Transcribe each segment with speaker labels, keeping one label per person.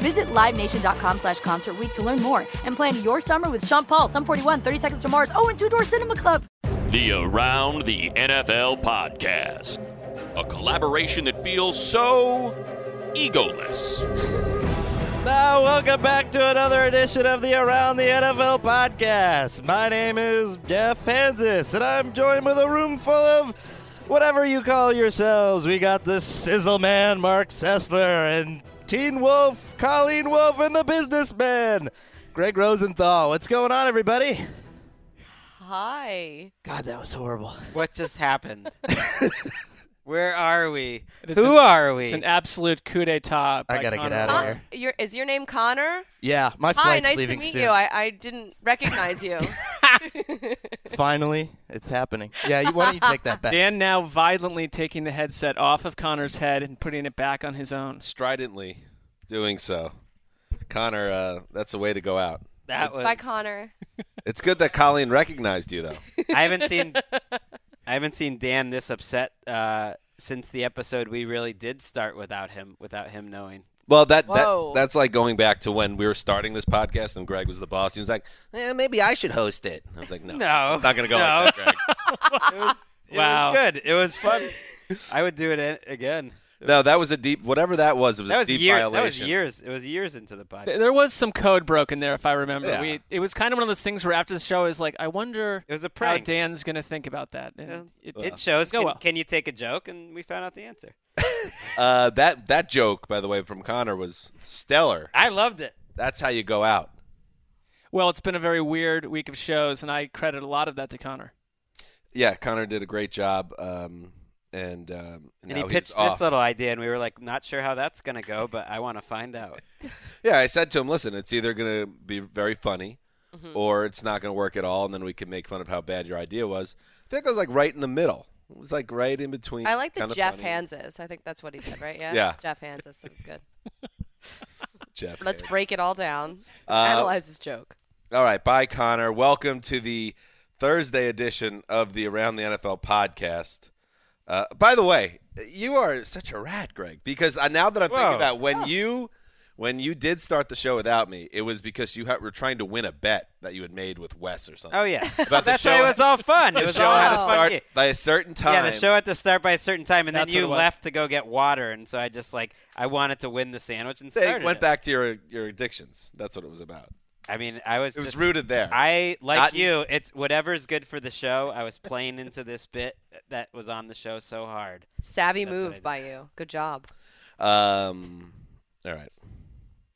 Speaker 1: Visit LiveNation.com slash Concert Week to learn more and plan your summer with Sean Paul, Sum 41, 30 Seconds to Mars, oh, and Two Door Cinema Club.
Speaker 2: The Around the NFL podcast, a collaboration that feels so egoless.
Speaker 3: Now, welcome back to another edition of the Around the NFL podcast. My name is Jeff Hansis, and I'm joined with a room full of whatever you call yourselves. We got the Sizzle Man, Mark Sessler, and Teen Wolf, Colleen Wolf, and the Businessman, Greg Rosenthal. What's going on, everybody?
Speaker 4: Hi.
Speaker 3: God, that was horrible.
Speaker 5: What just happened? Where are we?
Speaker 6: It is
Speaker 5: Who
Speaker 6: an-
Speaker 5: are we?
Speaker 6: It's an absolute coup d'etat.
Speaker 3: I
Speaker 6: by
Speaker 3: gotta get
Speaker 6: Conor
Speaker 3: out of
Speaker 6: O'Connor.
Speaker 3: here.
Speaker 4: your, is your name Connor?
Speaker 3: Yeah, my
Speaker 4: Hi,
Speaker 3: flight's
Speaker 4: nice to
Speaker 3: leaving
Speaker 4: meet
Speaker 3: soon.
Speaker 4: you. I, I didn't recognize you.
Speaker 3: Finally, it's happening. Yeah, you, why don't you take that back?
Speaker 6: Dan now violently taking the headset off of Connor's head and putting it back on his own.
Speaker 7: stridently doing so. Connor, uh, that's a way to go out.
Speaker 5: that was.
Speaker 4: Bye, Connor.
Speaker 7: It's good that Colleen recognized you, though.
Speaker 5: I haven't seen. I haven't seen Dan this upset uh, since the episode we really did start without him, without him knowing.
Speaker 7: Well, that, that
Speaker 4: Whoa.
Speaker 7: that's like going back to when we were starting this podcast and Greg was the boss. He was like, eh, maybe I should host it. I was like, no,
Speaker 5: No.
Speaker 7: it's not going to go
Speaker 5: No.
Speaker 7: like that, Greg.
Speaker 5: It
Speaker 6: Wow.
Speaker 5: was good. It was fun. I would do it a- again.
Speaker 7: No, that was a deep, whatever that was, it was
Speaker 5: That
Speaker 7: a
Speaker 5: was
Speaker 7: deep
Speaker 5: year.
Speaker 7: violation.
Speaker 5: That was years. It was years into the podcast.
Speaker 6: Th- There was some code broken there, if I remember.
Speaker 7: Yeah.
Speaker 6: We, it was kind of one of those things where after the show is like, I wonder
Speaker 5: It was a
Speaker 6: how
Speaker 5: prank.
Speaker 6: Dan's going to think about that. And
Speaker 5: Well,
Speaker 6: it,
Speaker 5: It shows.
Speaker 6: Go
Speaker 5: Can,
Speaker 6: well.
Speaker 5: can you take a joke? And we found out the answer.
Speaker 7: Uh, that, that joke, by the way, from Connor was stellar.
Speaker 5: I loved it.
Speaker 7: That's how you go out.
Speaker 6: well, it's been a very weird week of shows, and I credit a lot of that to Connor.
Speaker 7: Yeah, Connor did a great job. Um, and um,
Speaker 5: And
Speaker 7: now
Speaker 5: he
Speaker 7: he's
Speaker 5: pitched
Speaker 7: off.
Speaker 5: this little idea, and we were like, not sure how that's going to go, but I want to find out.
Speaker 7: Yeah, I said to him, listen, it's either going to be very funny
Speaker 4: Mm-hmm.
Speaker 7: or it's not going to work at all, and then we can make fun of how bad your idea was. I think I was like right in the middle. It was like right in between.
Speaker 4: I like the
Speaker 7: kinda
Speaker 4: Jeff
Speaker 7: funny.
Speaker 4: Hanses. I think that's what he said, right? Yeah.
Speaker 7: Yeah.
Speaker 4: Jeff Hanses. That was good.
Speaker 7: Jeff
Speaker 4: Let's
Speaker 7: Hanses.
Speaker 4: break it all down.
Speaker 7: Uh,
Speaker 4: Analyze this joke.
Speaker 7: All right, bye, Connor. Welcome to the Thursday edition of the Around the NFL podcast. Uh, by the way, you are such a rat, Greg, because uh, now that I'm thinking
Speaker 5: Whoa.
Speaker 7: about when you when you did start the show without me, it was because you ha- were trying to win a bet that you had made with Wes or something.
Speaker 5: Oh yeah,
Speaker 7: About the
Speaker 5: that's
Speaker 7: show
Speaker 5: why it
Speaker 7: had-
Speaker 5: was all fun. It
Speaker 7: the
Speaker 5: was
Speaker 7: show
Speaker 5: all
Speaker 7: had to
Speaker 5: fun.
Speaker 7: start by a certain time.
Speaker 5: Yeah, the show had to start by a certain time, and
Speaker 6: That's
Speaker 5: then
Speaker 6: what it
Speaker 5: you
Speaker 6: was.
Speaker 5: left to go get water, and so I just like I wanted to win the sandwich and
Speaker 7: They
Speaker 5: started
Speaker 7: went
Speaker 5: it.
Speaker 7: back to your your addictions. That's what it was about.
Speaker 5: I mean, I was
Speaker 7: It was
Speaker 5: just-
Speaker 7: rooted there.
Speaker 5: I like
Speaker 7: Not-
Speaker 5: you. It's whatever's good for the show. I was playing into this bit that was on the show so hard.
Speaker 4: Savvy
Speaker 5: That's what I
Speaker 4: move
Speaker 5: did.
Speaker 4: by you. Good job.
Speaker 7: Um, all right.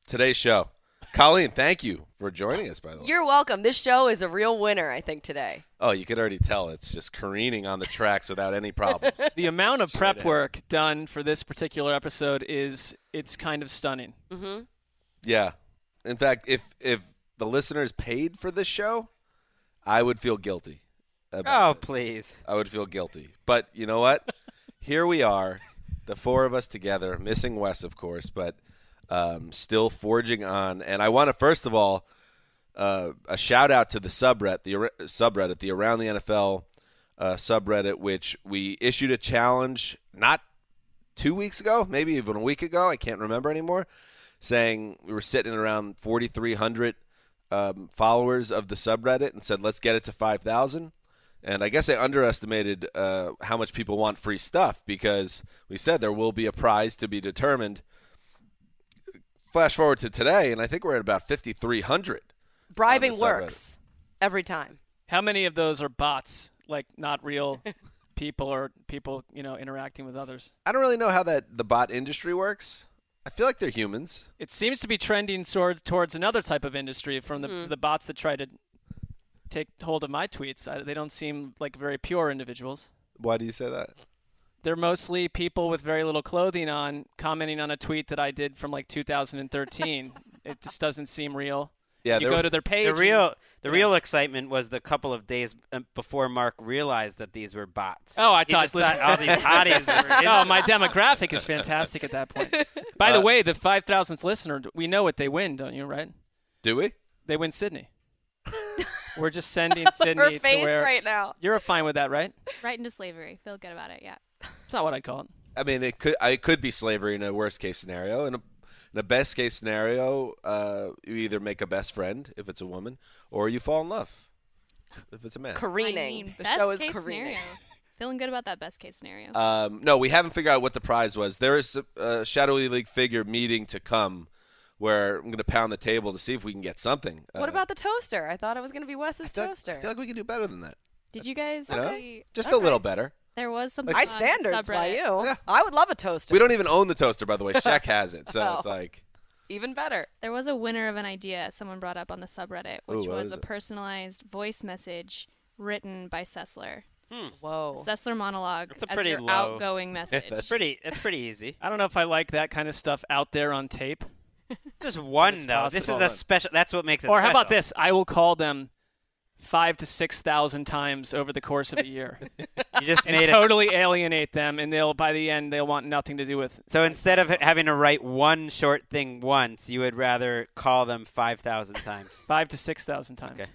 Speaker 7: Today's show, Colleen. Thank you for joining us. By the way,
Speaker 4: You're welcome. This show is a real winner, I think, today.
Speaker 7: oh, you could already tell it's just careening on the tracks without any problems.
Speaker 6: The amount of prep work done for this particular episode is it's kind of stunning.
Speaker 7: yeah. In fact, if if the listeners paid for this show, I would feel guilty. about
Speaker 5: Oh
Speaker 7: this.
Speaker 5: please,
Speaker 7: I would feel guilty. But you know what? Here we are, the four of us together, missing Wes, of course, but um, still forging on. And I want to, first of all, uh, a shout out to the subreddit, the ar- subreddit, the Around the NFL uh, subreddit, which we issued a challenge not two weeks ago, maybe even a week ago. I can't remember anymore. Saying we were sitting around 4,300 um, followers of the subreddit and said, let's get it to 5,000. And I guess I underestimated uh, how much people want free stuff because we said there will be a prize to be determined. Flash forward to today, and I think we're at about 5,300.
Speaker 4: Bribing
Speaker 7: subreddit.
Speaker 4: works every time.
Speaker 6: How many of those are bots, like not real people or people you know interacting with others?
Speaker 7: I don't really know how that the bot industry works. I feel like they're humans.
Speaker 6: It seems to be trending toward, towards another type of industry from the
Speaker 4: Mm-hmm.
Speaker 6: the bots that try to take hold of my tweets. I, they don't seem like very pure individuals.
Speaker 7: Why do you say that?
Speaker 6: They're mostly people with very little clothing on commenting on a tweet that I did from like 2013. it just doesn't seem real.
Speaker 7: Yeah,
Speaker 6: you
Speaker 7: there-
Speaker 6: go to their page.
Speaker 5: The
Speaker 6: and-
Speaker 5: real, the
Speaker 6: yeah.
Speaker 5: real excitement was the couple of days um, before Mark realized that these were bots.
Speaker 6: Oh, I
Speaker 5: He
Speaker 6: thought-
Speaker 5: just all these hotties. were
Speaker 6: oh,
Speaker 5: in-
Speaker 6: my demographic is fantastic at that point. By the way, the 5,000th listener, we know what they win, don't you, right?
Speaker 7: Do we?
Speaker 6: They win Sydney. We're just sending Sydney
Speaker 4: Her
Speaker 6: to
Speaker 4: face
Speaker 6: where
Speaker 4: right now.
Speaker 6: you're fine with that, right?
Speaker 8: Right into slavery. Feel good about it. Yeah.
Speaker 6: It's not what I'd call it.
Speaker 7: I mean, it could I- it could be slavery in a worst case scenario, and a, in a best case scenario, uh, you either make a best friend if it's a woman, or you fall in love if it's a man.
Speaker 4: Careening.
Speaker 8: I mean,
Speaker 4: the
Speaker 8: best
Speaker 4: show is
Speaker 8: case
Speaker 4: careening.
Speaker 8: scenario. Feeling good about that best case scenario.
Speaker 7: Um, no, we haven't figured out what the prize was. There is a, a shadowy league figure meeting to come, where I'm going to pound the table to see if we can get something.
Speaker 4: What about the toaster? I thought it was going to be Wes's
Speaker 7: Uh, I feel,
Speaker 4: toaster.
Speaker 7: I feel like we can do better than that.
Speaker 8: Did you guys
Speaker 7: You know?
Speaker 8: see?
Speaker 7: Just a little better.
Speaker 8: There was something.
Speaker 4: High
Speaker 8: on
Speaker 4: standards by
Speaker 8: subreddit.
Speaker 4: you.
Speaker 7: Yeah.
Speaker 4: I would love a toaster.
Speaker 7: We don't even own the toaster, by the way. Shaq has it, so it's
Speaker 4: Oh.
Speaker 7: like
Speaker 4: even better.
Speaker 8: There was a winner of an idea someone brought up on the subreddit,
Speaker 7: Ooh,
Speaker 8: which
Speaker 7: what
Speaker 8: was
Speaker 7: is
Speaker 8: a
Speaker 7: it?
Speaker 8: personalized voice message written by Sessler.
Speaker 4: Whoa.
Speaker 8: Sessler monologue
Speaker 5: That's a
Speaker 8: as
Speaker 5: pretty
Speaker 8: your
Speaker 5: low-
Speaker 8: outgoing message.
Speaker 5: It's pretty. It's pretty easy.
Speaker 6: I don't know if I like that kind of stuff out there on tape.
Speaker 5: Just one
Speaker 6: It's
Speaker 5: though. This
Speaker 6: possible.
Speaker 5: is a special. That's what makes it.
Speaker 6: Or how about
Speaker 5: special.
Speaker 6: this? I will call them five to 6,000 times over the course of a year
Speaker 5: You just
Speaker 6: and
Speaker 5: made it.
Speaker 6: totally alienate them, and they'll, by the end, they'll want nothing to do with
Speaker 5: So instead of having to write one short thing once, you would rather call them five thousand times.
Speaker 6: five to 6,000 times.
Speaker 5: Okay.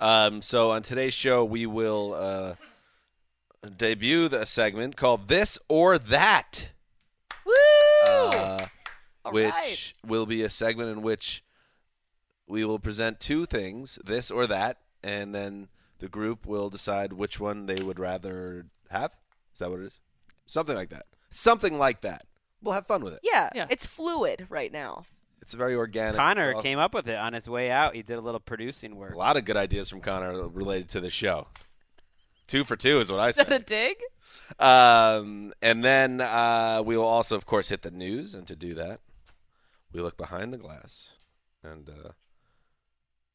Speaker 7: Um, so on today's show, we will uh, debut the segment called "This or That,"
Speaker 4: Woo!
Speaker 7: uh,
Speaker 4: All
Speaker 7: which
Speaker 4: right.
Speaker 7: will be a segment in which we will present two things, this or that, and then the group will decide which one they would rather have. Is that what it is? Something like that. Something like that. We'll have fun with it.
Speaker 4: Yeah,
Speaker 6: Yeah.
Speaker 4: it's fluid right now.
Speaker 7: It's very organic.
Speaker 5: Connor
Speaker 7: It's all-
Speaker 5: came up with it on his way out. He did a little producing
Speaker 7: A
Speaker 5: work.
Speaker 7: lot of good ideas from Connor related to the show. Two for two is what I
Speaker 4: Is that a
Speaker 7: said.
Speaker 4: dig?
Speaker 7: Um, and then uh, we will also, of course, hit the news. And to do that, we look behind the glass. And uh,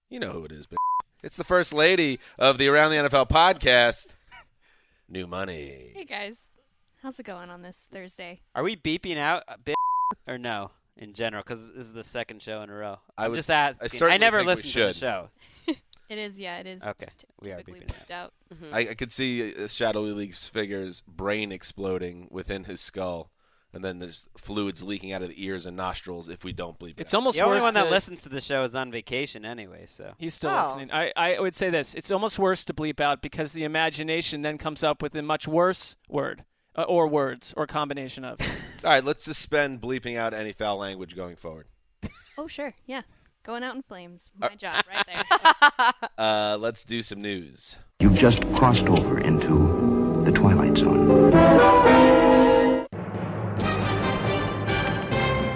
Speaker 7: you know who it is, but it's the first lady of the Around the NFL podcast, New
Speaker 8: Hey
Speaker 7: Money.
Speaker 8: guys, how's it going on this Thursday?
Speaker 5: Are we beeping out a bit or no in general? Because this is the second show in a row.
Speaker 7: I
Speaker 5: I'm
Speaker 7: would-
Speaker 5: just asking.
Speaker 7: I certainly
Speaker 5: never
Speaker 7: think we
Speaker 5: listen to the
Speaker 7: should.
Speaker 5: show.
Speaker 8: It is, yeah, it is.
Speaker 5: Okay,
Speaker 8: t-
Speaker 5: we are
Speaker 8: typically
Speaker 5: beeping it
Speaker 8: bleeped out.
Speaker 7: I, I could see uh, Shadowy League's figure's brain exploding within his skull, and then there's fluids leaking out of the ears and nostrils if we don't bleep it.
Speaker 6: It's
Speaker 7: out.
Speaker 6: almost
Speaker 5: The only
Speaker 6: worse
Speaker 5: one that
Speaker 6: to-
Speaker 5: listens to the show is on vacation anyway. So
Speaker 6: He's still
Speaker 4: Oh.
Speaker 6: listening. I, I would say this. It's almost worse to bleep out because the imagination then comes up with a much worse word uh, or words or combination of.
Speaker 5: Hmm.
Speaker 7: All right, let's suspend bleeping out any foul language going forward.
Speaker 8: Oh sure, yeah, going out in flames. My job, right there.
Speaker 7: Uh, let's do some news.
Speaker 9: You've just crossed over into the Twilight Zone.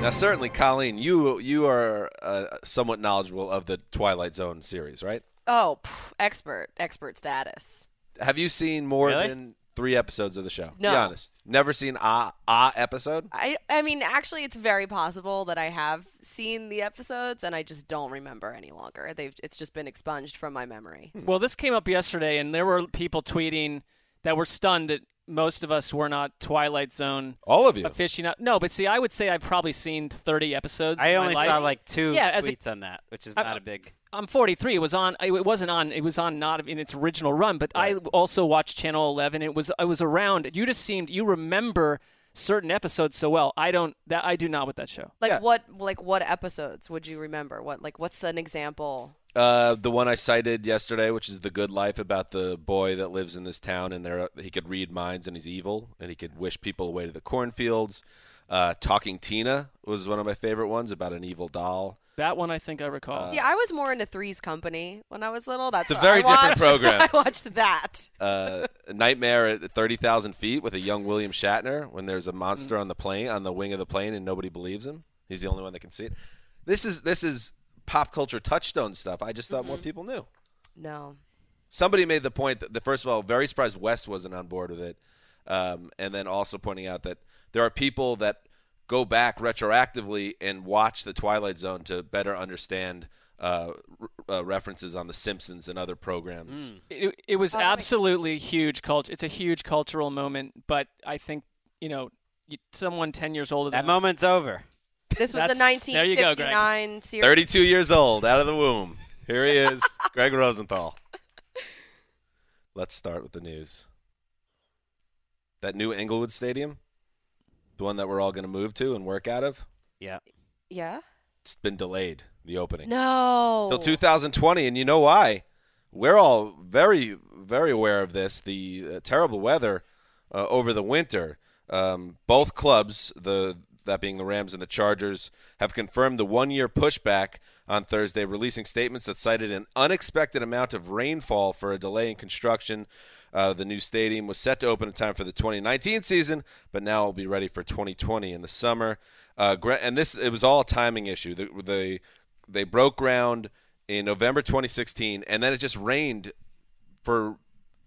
Speaker 7: Now, certainly, Colleen, you you are uh, somewhat knowledgeable of the Twilight Zone series, right?
Speaker 4: Oh, pff, expert, expert status.
Speaker 7: Have you seen more
Speaker 5: Really?
Speaker 7: than three episodes of the show?
Speaker 4: No.
Speaker 7: Be honest. Never seen a a episode.
Speaker 4: I, I mean, actually, it's very possible that I have seen the episodes and I just don't remember any longer. They've, it's just been expunged from my memory.
Speaker 6: well, this came up yesterday, and there were people tweeting that were stunned that most of us were not Twilight Zone
Speaker 7: All of you.
Speaker 6: aficionados. No, but see, I would say I've probably seen 30 episodes.
Speaker 5: I
Speaker 6: in my
Speaker 5: only
Speaker 6: life.
Speaker 5: saw like two
Speaker 6: Yeah, as a-
Speaker 5: tweets on that, which is
Speaker 6: I-
Speaker 5: not a big.
Speaker 6: I'm 43. It was on. It wasn't on. It was on not in its original run. But I also watched Channel 11. It was. I was around. You just seemed. You remember certain episodes so well. I don't. That I do not with that show.
Speaker 4: Like
Speaker 7: Yeah.
Speaker 4: what? Like what episodes would you remember? What? Like what's an example?
Speaker 7: Uh, the one I cited yesterday, which is the Good Life, about the boy that lives in this town, and there he could read minds, and he's evil, and he could wish people away to the cornfields. Uh, Talking Tina was one of my favorite ones about an evil doll.
Speaker 6: That one I think I
Speaker 5: Uh,
Speaker 6: recall.
Speaker 4: See, I was more into Three's Company when I was little. That's
Speaker 7: Uh,
Speaker 4: what
Speaker 7: It's a very
Speaker 4: I watched.
Speaker 7: different program.
Speaker 4: I watched that.
Speaker 7: Uh, Nightmare at thirty thousand feet with a young William Shatner when there's a monster on the plane on the wing of the plane and nobody believes him. He's the only one that can see it. This is this is pop culture touchstone stuff. I just thought more people knew.
Speaker 4: No.
Speaker 7: Somebody made the point that, that first of all, very surprised West wasn't on board with it, um, and then also pointing out that there are people that go back retroactively and watch the Twilight Zone to better understand uh, r- uh, references on the Simpsons and other programs.
Speaker 6: It, it was absolutely huge culture. It's a huge cultural moment, but I think you know you, someone ten years older than
Speaker 5: That moment's over.
Speaker 4: This was
Speaker 6: That's-
Speaker 4: the
Speaker 6: there you go, Greg.
Speaker 4: 1959 series.
Speaker 7: 32 years old, out of the womb. Here he is, Greg Rosenthal. Let's start with the news. That new Englewood Stadium, the one that we're all going to move to and work out of,
Speaker 5: Yeah.
Speaker 4: Yeah.
Speaker 7: it's been delayed, the opening.
Speaker 4: No.
Speaker 7: Till 2020, and you know why? We're all very, very aware of this. The uh, terrible weather uh, over the winter. Um, both clubs, the that being the Rams and the Chargers, have confirmed the one-year pushback on Thursday, releasing statements that cited an unexpected amount of rainfall for a delay in construction. Uh, the new stadium was set to open in time for the 2019 season, but now it will be ready for 2020 in the summer. Uh, gra- and this it was all a timing issue. The, the they broke ground in November 2016, and then it just rained for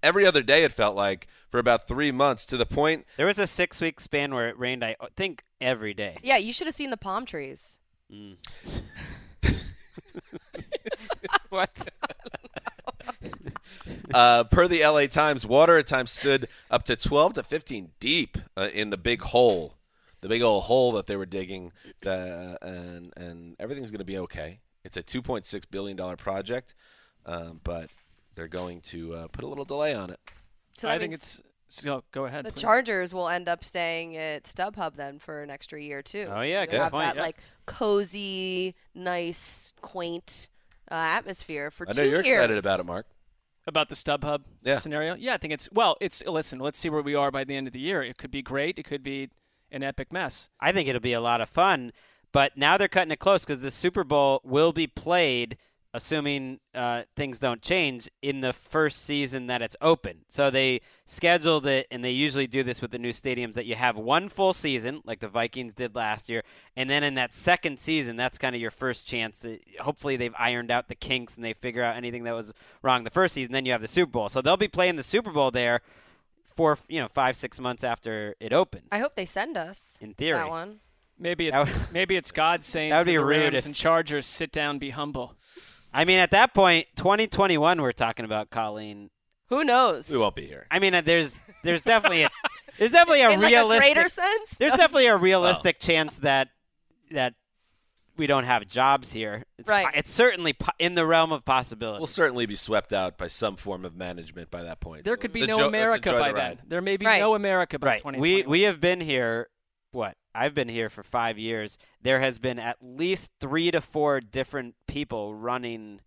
Speaker 7: every other day. It felt like for about three months to the point
Speaker 5: There was a six week span where it rained, I think, every day.
Speaker 4: Yeah, you should have seen the palm trees.
Speaker 5: what?
Speaker 7: uh, per the LA Times, water at times stood up to 12 to 15 deep uh, in the big hole, the big old hole that they were digging. Uh, and and everything's going to be okay. It's a 2.6 billion dollar project, um, but they're going to uh, put a little delay on it.
Speaker 4: So that
Speaker 6: I think
Speaker 4: means
Speaker 6: it's so, go ahead.
Speaker 4: the
Speaker 6: please.
Speaker 4: Chargers will end up staying at StubHub then for an extra year too.
Speaker 5: Oh, yeah,
Speaker 4: You'll
Speaker 5: good
Speaker 4: have
Speaker 5: point,
Speaker 4: That
Speaker 5: yeah.
Speaker 4: like cozy, nice, quaint uh, atmosphere for
Speaker 7: I
Speaker 4: two
Speaker 7: know you're
Speaker 4: years.
Speaker 7: excited about it, Mark.
Speaker 6: About the StubHub
Speaker 7: Yeah.
Speaker 6: scenario? Yeah, I think it's well, it's listen, let's see where we are by the end of the year. It could be great, it could be an epic mess.
Speaker 5: I think it'll be a lot of fun. But now they're cutting it close because the Super Bowl will be played, assuming uh, things don't change, in the first season that it's open. So they scheduled it, and they usually do this with the new stadiums that you have one full season, like the Vikings did last year, and then in that second season, that's kind of your first chance. To, hopefully, they've ironed out the kinks and they figure out anything that was wrong the first season. Then you have the Super Bowl, so they'll be playing the Super Bowl there for you know five, six months after it opens.
Speaker 4: I hope they send us
Speaker 5: In theory.
Speaker 4: that one.
Speaker 6: Maybe
Speaker 5: That
Speaker 6: it's maybe it's God saying
Speaker 5: that would
Speaker 6: to
Speaker 5: be
Speaker 6: the
Speaker 5: rude
Speaker 6: Rams
Speaker 5: if-
Speaker 6: and Chargers, sit down, be humble.
Speaker 5: I mean, at that point, 2021, we're talking about Colleen.
Speaker 4: Who knows?
Speaker 7: We won't be here.
Speaker 5: I mean, uh, there's there's definitely a there's definitely a
Speaker 4: In like a
Speaker 5: realistic
Speaker 4: greater sense.
Speaker 5: there's definitely a realistic chance that that we don't have jobs here. It's,
Speaker 4: Right.
Speaker 5: po- It's certainly po- in the realm of possibility.
Speaker 7: We'll certainly be swept out by some form of management by that point.
Speaker 6: There could be
Speaker 7: The
Speaker 6: no
Speaker 7: jo- let's
Speaker 6: America
Speaker 7: enjoy
Speaker 6: by
Speaker 7: the ride.
Speaker 6: then. There may be
Speaker 4: Right.
Speaker 6: no America by
Speaker 5: right.
Speaker 6: 2020.
Speaker 5: We we have been here. What I've been here for five years. There has been at least three to four different people running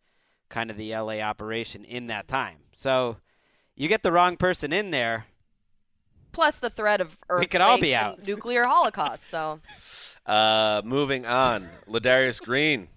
Speaker 5: kind of the LA operation in that time. So you get the wrong person in there.
Speaker 4: Plus the threat of Earth
Speaker 5: could all
Speaker 4: quakes
Speaker 5: be
Speaker 4: and
Speaker 5: out.
Speaker 4: nuclear holocaust. So
Speaker 7: Uh, moving on, Ladarius Green.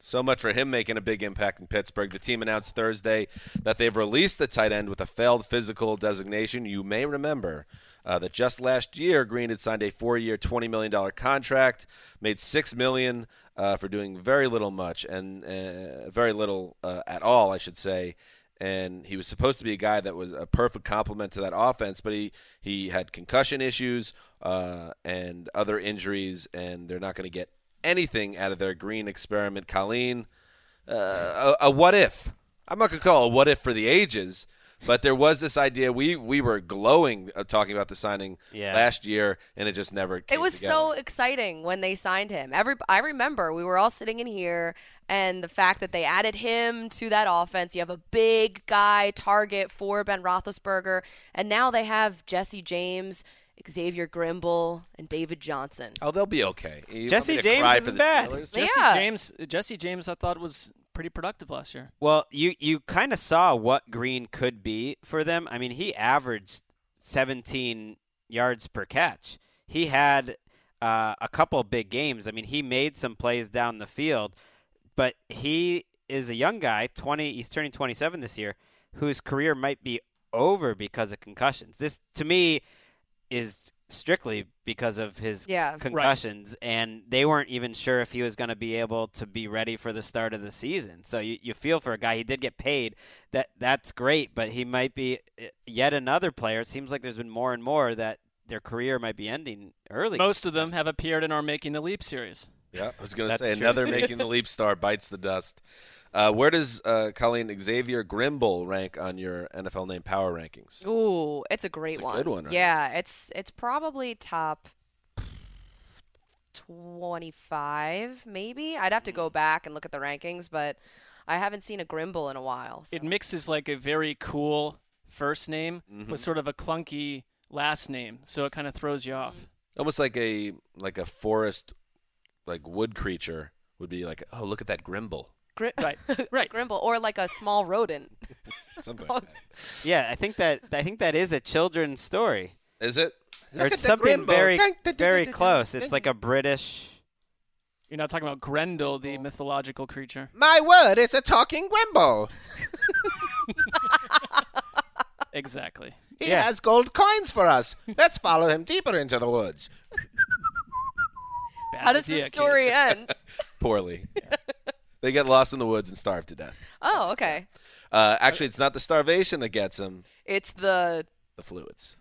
Speaker 7: So much for him making a big impact in Pittsburgh. The team announced Thursday that they've released the tight end with a failed physical designation. You may remember uh, that just last year, Green had signed a four-year, twenty million dollar contract, made six million uh, for doing very little, much and uh, very little uh, at all, I should say and he was supposed to be a guy that was a perfect complement to that offense, but he, he had concussion issues uh, and other injuries, and they're not going to get anything out of their green experiment. Colleen, uh, a, a what if? I'm not going to call it a what if for the ages, but there was this idea. We, we were glowing uh, talking about the signing
Speaker 5: Yeah.
Speaker 7: last year, and it just never came
Speaker 4: it was
Speaker 7: together.
Speaker 4: so exciting when they signed him. Every I remember we were all sitting in here, and the fact that they added him to that offense. You have a big guy target for Ben Roethlisberger, and now they have Jesse James, Xavier Grimble, and David Johnson.
Speaker 7: Oh, they'll be okay. You want
Speaker 5: Jesse
Speaker 7: me to
Speaker 5: James
Speaker 7: cry
Speaker 5: isn't
Speaker 7: for the
Speaker 5: bad.
Speaker 7: Steelers?
Speaker 6: Jesse
Speaker 4: Yeah.
Speaker 6: James Jesse James I thought was pretty productive last year.
Speaker 5: Well, you you kind of saw what Green could be for them. I mean, he averaged 17 yards per catch. He had uh, a couple big games. I mean, he made some plays down the field, but he is a young guy. 20. He's turning 27 this year, whose career might be over because of concussions. This to me is strictly because of his
Speaker 4: Yeah. Right.
Speaker 5: concussions and they weren't even sure if he was going to be able to be ready for the start of the season so you, you feel for a guy he did get paid that that's great but he might be eh, yet another player it seems like there's been more and more that their career might be ending early
Speaker 6: Most of them have appeared in our Making the Leap series.
Speaker 7: Yeah, I was going to
Speaker 5: That's
Speaker 7: say
Speaker 5: true.
Speaker 7: another making the leap star bites the dust. Uh, where does uh, Colleen Xavier Grimble rank on your NFL name power rankings?
Speaker 4: Ooh, it's a great
Speaker 7: It's a
Speaker 4: one.
Speaker 7: good one, right?
Speaker 4: Yeah, it's it's probably top twenty five, maybe. I'd have to
Speaker 7: Hmm.
Speaker 4: go back and look at the rankings, but I haven't seen a Grimble in a while. so-
Speaker 6: It mixes like a very cool first name
Speaker 5: Mm-hmm.
Speaker 6: with sort of a clunky last name, so it kind of throws you off.
Speaker 7: Almost like a like a forest, like wood creature would be like, oh look at that Grimble.
Speaker 4: Gri-
Speaker 6: Right, right.
Speaker 4: Grimble or like a small rodent.
Speaker 7: Something. Like that.
Speaker 5: yeah i think that i think that is a children's story
Speaker 7: Is it?
Speaker 5: or
Speaker 7: Look
Speaker 5: it's
Speaker 7: at that
Speaker 5: something
Speaker 7: Grimble.
Speaker 5: very
Speaker 7: Dun, dun, dun,
Speaker 5: very
Speaker 7: dun, dun,
Speaker 5: close
Speaker 7: dun.
Speaker 5: it's like a british
Speaker 6: You're not talking about Grendel,
Speaker 4: Oh.
Speaker 6: the mythological creature.
Speaker 7: My word, it's a talking Grimble.
Speaker 6: Exactly.
Speaker 7: He
Speaker 5: Yeah.
Speaker 7: has gold coins for us. Let's follow him deeper into the woods.
Speaker 6: Bad
Speaker 4: How does
Speaker 6: idea,
Speaker 4: the story
Speaker 6: kids.
Speaker 4: end?
Speaker 7: Poorly. they get lost in the woods and starve to death.
Speaker 4: Oh, okay.
Speaker 7: Uh, actually, it's not the starvation that gets them;
Speaker 4: It's the
Speaker 7: the fluids.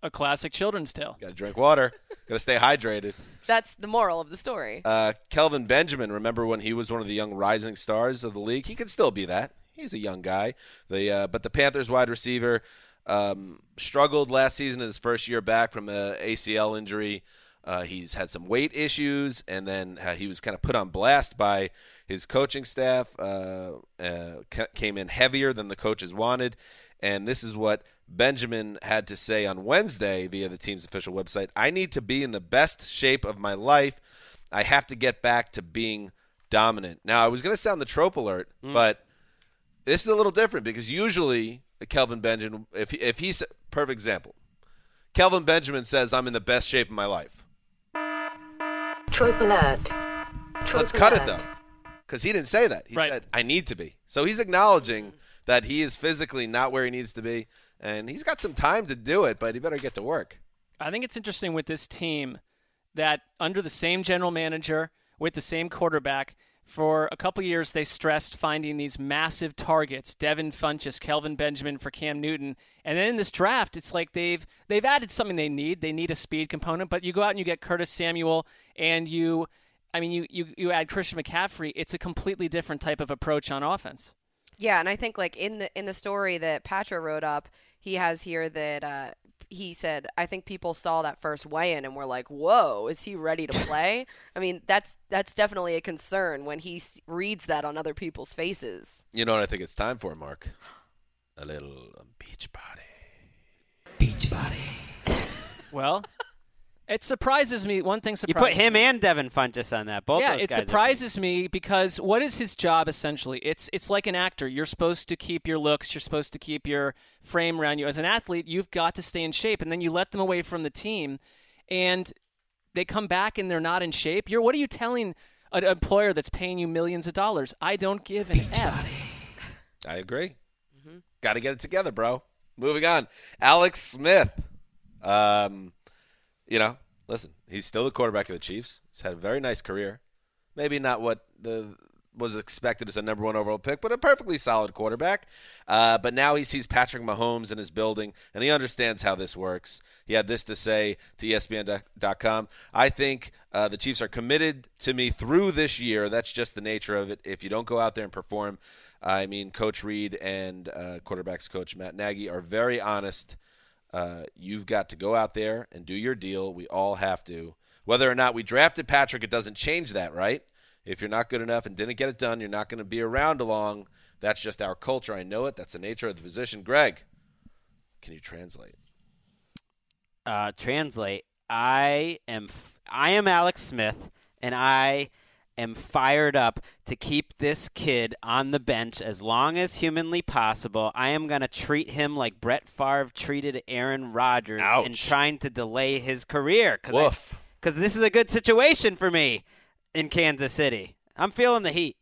Speaker 6: A classic children's tale.
Speaker 7: Got to drink water. Got to stay hydrated.
Speaker 4: that's the moral of the story.
Speaker 7: Uh, Kelvin Benjamin, remember when he was one of the young rising stars of the league? He could still be that. He's a young guy. The uh, but the Panthers wide receiver um, struggled last season, his first year back from the ACL injury. Uh, he's had some weight issues, and then uh, he was kind of put on blast by his coaching staff. Uh, uh, ca- came in heavier than the coaches wanted, and this is what Benjamin had to say on Wednesday via the team's official website. I need to be in the best shape of my life. I have to get back to being dominant. Now, I was going to sound the trope alert, but this is a little different because usually Kelvin Benjamin, if he, if he's perfect example, Kelvin Benjamin says, "I'm in the best shape of my life."
Speaker 10: Trope alert. Trope
Speaker 7: Let's cut it
Speaker 10: alert.
Speaker 7: though, because he didn't say that. He
Speaker 6: Right.
Speaker 7: said, "I need to be." So he's acknowledging that he is physically not where he needs to be, and he's got some time to do it, but he better get to work.
Speaker 6: I think it's interesting with this team that under the same general manager with the same quarterback for a couple years they stressed finding these massive targets Devin Funchess, Kelvin Benjamin for Cam Newton. And then in this draft it's like they've they've added something they need. They need a speed component, but you go out and you get Curtis Samuel and you I mean you you, you add Christian McCaffrey, it's a completely different type of approach on offense.
Speaker 4: Yeah, and I think like in the in the story that Patra wrote up, he has here that uh, he said, "I think people saw that first weigh-in and were like, whoa, is he ready to play?" I mean, that's that's definitely a concern when he s- reads that on other people's faces.
Speaker 7: You know what I think it's time for, Mark? A little beach body.
Speaker 6: Well, it surprises me. One thing
Speaker 5: you
Speaker 6: surprises
Speaker 5: put
Speaker 6: me.
Speaker 5: him and devin funches on that both
Speaker 6: yeah,
Speaker 5: those
Speaker 6: it
Speaker 5: guys are-
Speaker 6: surprises me because what is his job essentially? It's it's like an actor. You're supposed to keep your looks. You're supposed to keep your frame around you. As an athlete, you've got to stay in shape, and then you let them away from the team, and they come back and they're not in shape. You're what are you telling an employer that's paying you millions of dollars? I don't give an f.
Speaker 7: I agree. Got to get it together, bro. Moving on, Alex Smith. Um, you know, listen, he's still the quarterback of the Chiefs. He's had a very nice career. Maybe not what the was expected as a number one overall pick, but a perfectly solid quarterback. Uh, but now he sees Patrick Mahomes in his building, and he understands how this works. He had this to say to E ESPN.com. I think uh, the Chiefs are committed to me through this year. That's just the nature of it. If you don't go out there and perform, I mean, Coach Reed and uh, quarterbacks coach Matt Nagy are very honest uh, you've got to go out there and do your deal. We all have to. Whether or not we drafted Patrick, it doesn't change that, right? If you're not good enough and didn't get it done, you're not going to be around long. That's just our culture. I know it. That's the nature of the position. Greg, can you translate?
Speaker 5: uh, translate. I am f- I am Alex Smith, and I am fired up to keep this kid on the bench as long as humanly possible. I am going to treat him like Brett Favre treated Aaron Rodgers
Speaker 7: Ouch.
Speaker 5: in trying to delay his career because
Speaker 7: Woof.
Speaker 5: this is a good situation for me in Kansas City. I'm feeling the heat.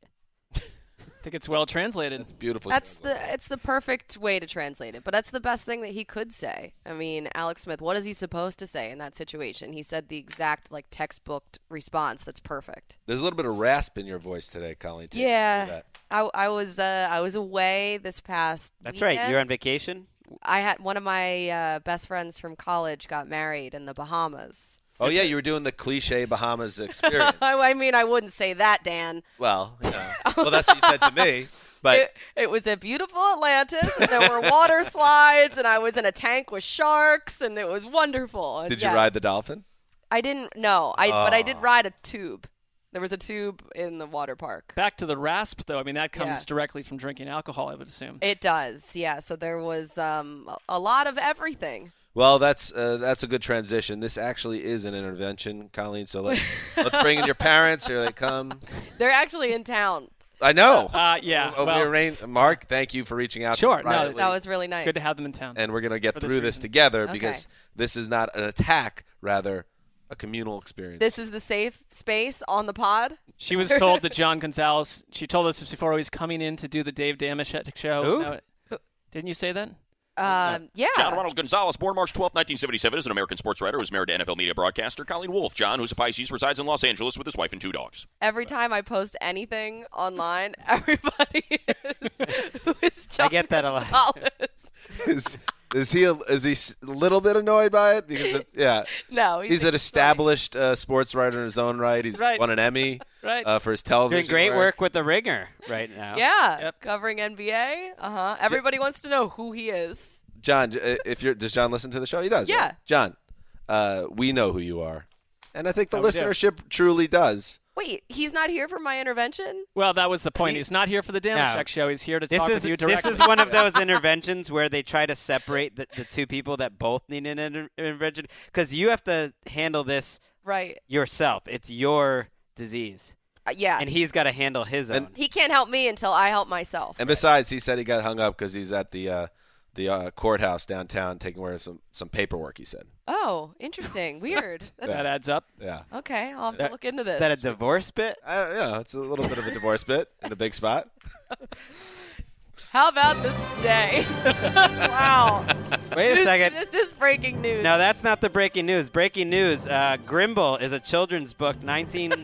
Speaker 6: I think it's well translated. It's
Speaker 7: beautiful.
Speaker 4: That's the it's the perfect way to translate it, but that's the best thing that he could say. I mean, Alex Smith, what is he supposed to say in that situation? He said the exact like textbook response. That's perfect.
Speaker 7: There's a little bit of rasp in your voice today, Colleen. Take us through
Speaker 4: yeah,
Speaker 7: that.
Speaker 4: I, I was uh, I was away this past.
Speaker 5: That's right. You're on
Speaker 4: weekend.
Speaker 5: vacation?
Speaker 4: I had one of my uh, best friends from college got married in the Bahamas.
Speaker 7: Oh yeah, you were doing the cliche Bahamas experience.
Speaker 4: I mean, I wouldn't say that, Dan.
Speaker 7: well, you know. well, that's what you said to me. But
Speaker 4: it, it was a beautiful Atlantis, and there were water slides, and I was in a tank with sharks, and it was wonderful. And
Speaker 7: did you
Speaker 4: yes.
Speaker 7: ride the dolphin?
Speaker 4: I didn't. No, I. But I did
Speaker 7: Oh.
Speaker 4: ride a tube. There was a tube in the water park.
Speaker 6: Back to the rasp, though. I mean, that comes
Speaker 4: Yeah.
Speaker 6: directly from drinking alcohol, I would assume.
Speaker 4: It does, yeah. So there was um, a lot of everything.
Speaker 7: Well, that's uh, that's a good transition. This actually is an intervention, Colleen. So let's, let's bring in your parents. Here they come.
Speaker 4: They're actually in town.
Speaker 7: I know.
Speaker 6: Uh, yeah.
Speaker 7: Oh, we
Speaker 6: well,
Speaker 7: arranged- Mark, thank you for reaching out.
Speaker 6: Sure,
Speaker 7: To
Speaker 6: no,
Speaker 7: Riley.
Speaker 4: That was really nice.
Speaker 6: good to have them in town.
Speaker 7: and we're going to get
Speaker 6: For this
Speaker 7: through this
Speaker 6: reason.
Speaker 7: together
Speaker 4: Okay.
Speaker 7: because this is not an attack, rather a communal experience.
Speaker 4: This is the safe space on the pod.
Speaker 6: She was told that John Gonzalez. She told us before he was coming in to do the Dave Damashek show.
Speaker 5: Who?
Speaker 6: No, didn't you say that?
Speaker 4: Um, yeah.
Speaker 2: John Ronald Gonzalez, born March 12, 1977, is an American sports writer who's married to NFL media broadcaster Colleen Wolfe. John, who's a Pisces, resides in Los Angeles with his wife and two dogs.
Speaker 4: Every time I post anything online, everybody is, who is John
Speaker 5: I get that a lot.
Speaker 4: Gonzalez.
Speaker 7: is, is he a, is he s- a little bit annoyed by it? Because it, yeah,
Speaker 4: No,
Speaker 7: he's,
Speaker 4: he's,
Speaker 7: an established uh, sports writer in his own right. He's
Speaker 6: Right.
Speaker 7: won an Emmy
Speaker 6: Right.
Speaker 7: uh, for his
Speaker 5: Doing
Speaker 7: television.
Speaker 5: great work with the ringer right now.
Speaker 4: yeah,
Speaker 6: Yep.
Speaker 4: covering NBA. Uh huh. Everybody wants to know who he is.
Speaker 7: John. j- uh, If you're does John listen to the show? He does.
Speaker 4: Yeah.
Speaker 7: right? John, uh, we know who you are, and I think the
Speaker 6: Oh, we do.
Speaker 7: listenership truly does.
Speaker 4: Wait, he's not here for my intervention.
Speaker 6: Well, that was the point.
Speaker 7: He-
Speaker 6: He's not here for the Damashek
Speaker 5: No.
Speaker 6: show. He's here to
Speaker 5: This
Speaker 6: talk
Speaker 5: is
Speaker 6: with you
Speaker 5: this
Speaker 6: directly.
Speaker 5: is one of those interventions where they try to separate the, the two people that both need an inter- intervention because you have to handle this
Speaker 4: Right.
Speaker 5: yourself. It's your disease,
Speaker 4: Uh, yeah.
Speaker 5: and he's got to handle his own.
Speaker 4: he can't help me until I help myself.
Speaker 7: And besides, he said he got hung up because he's at the uh, the uh, courthouse downtown taking away some some paperwork. He said.
Speaker 4: Oh, interesting. Weird. That-
Speaker 6: that adds up.
Speaker 7: Yeah.
Speaker 4: okay, I'll have to
Speaker 5: That-
Speaker 4: look into
Speaker 5: Is
Speaker 4: this.
Speaker 5: that a divorce bit?
Speaker 7: I don't know. It's a little bit of a divorce bit in the big spot.
Speaker 4: How about this day? wow.
Speaker 5: Wait a
Speaker 4: This-
Speaker 5: second.
Speaker 4: This is breaking news.
Speaker 5: No, that's not the breaking news. Breaking news: uh, Grimble is a children's book,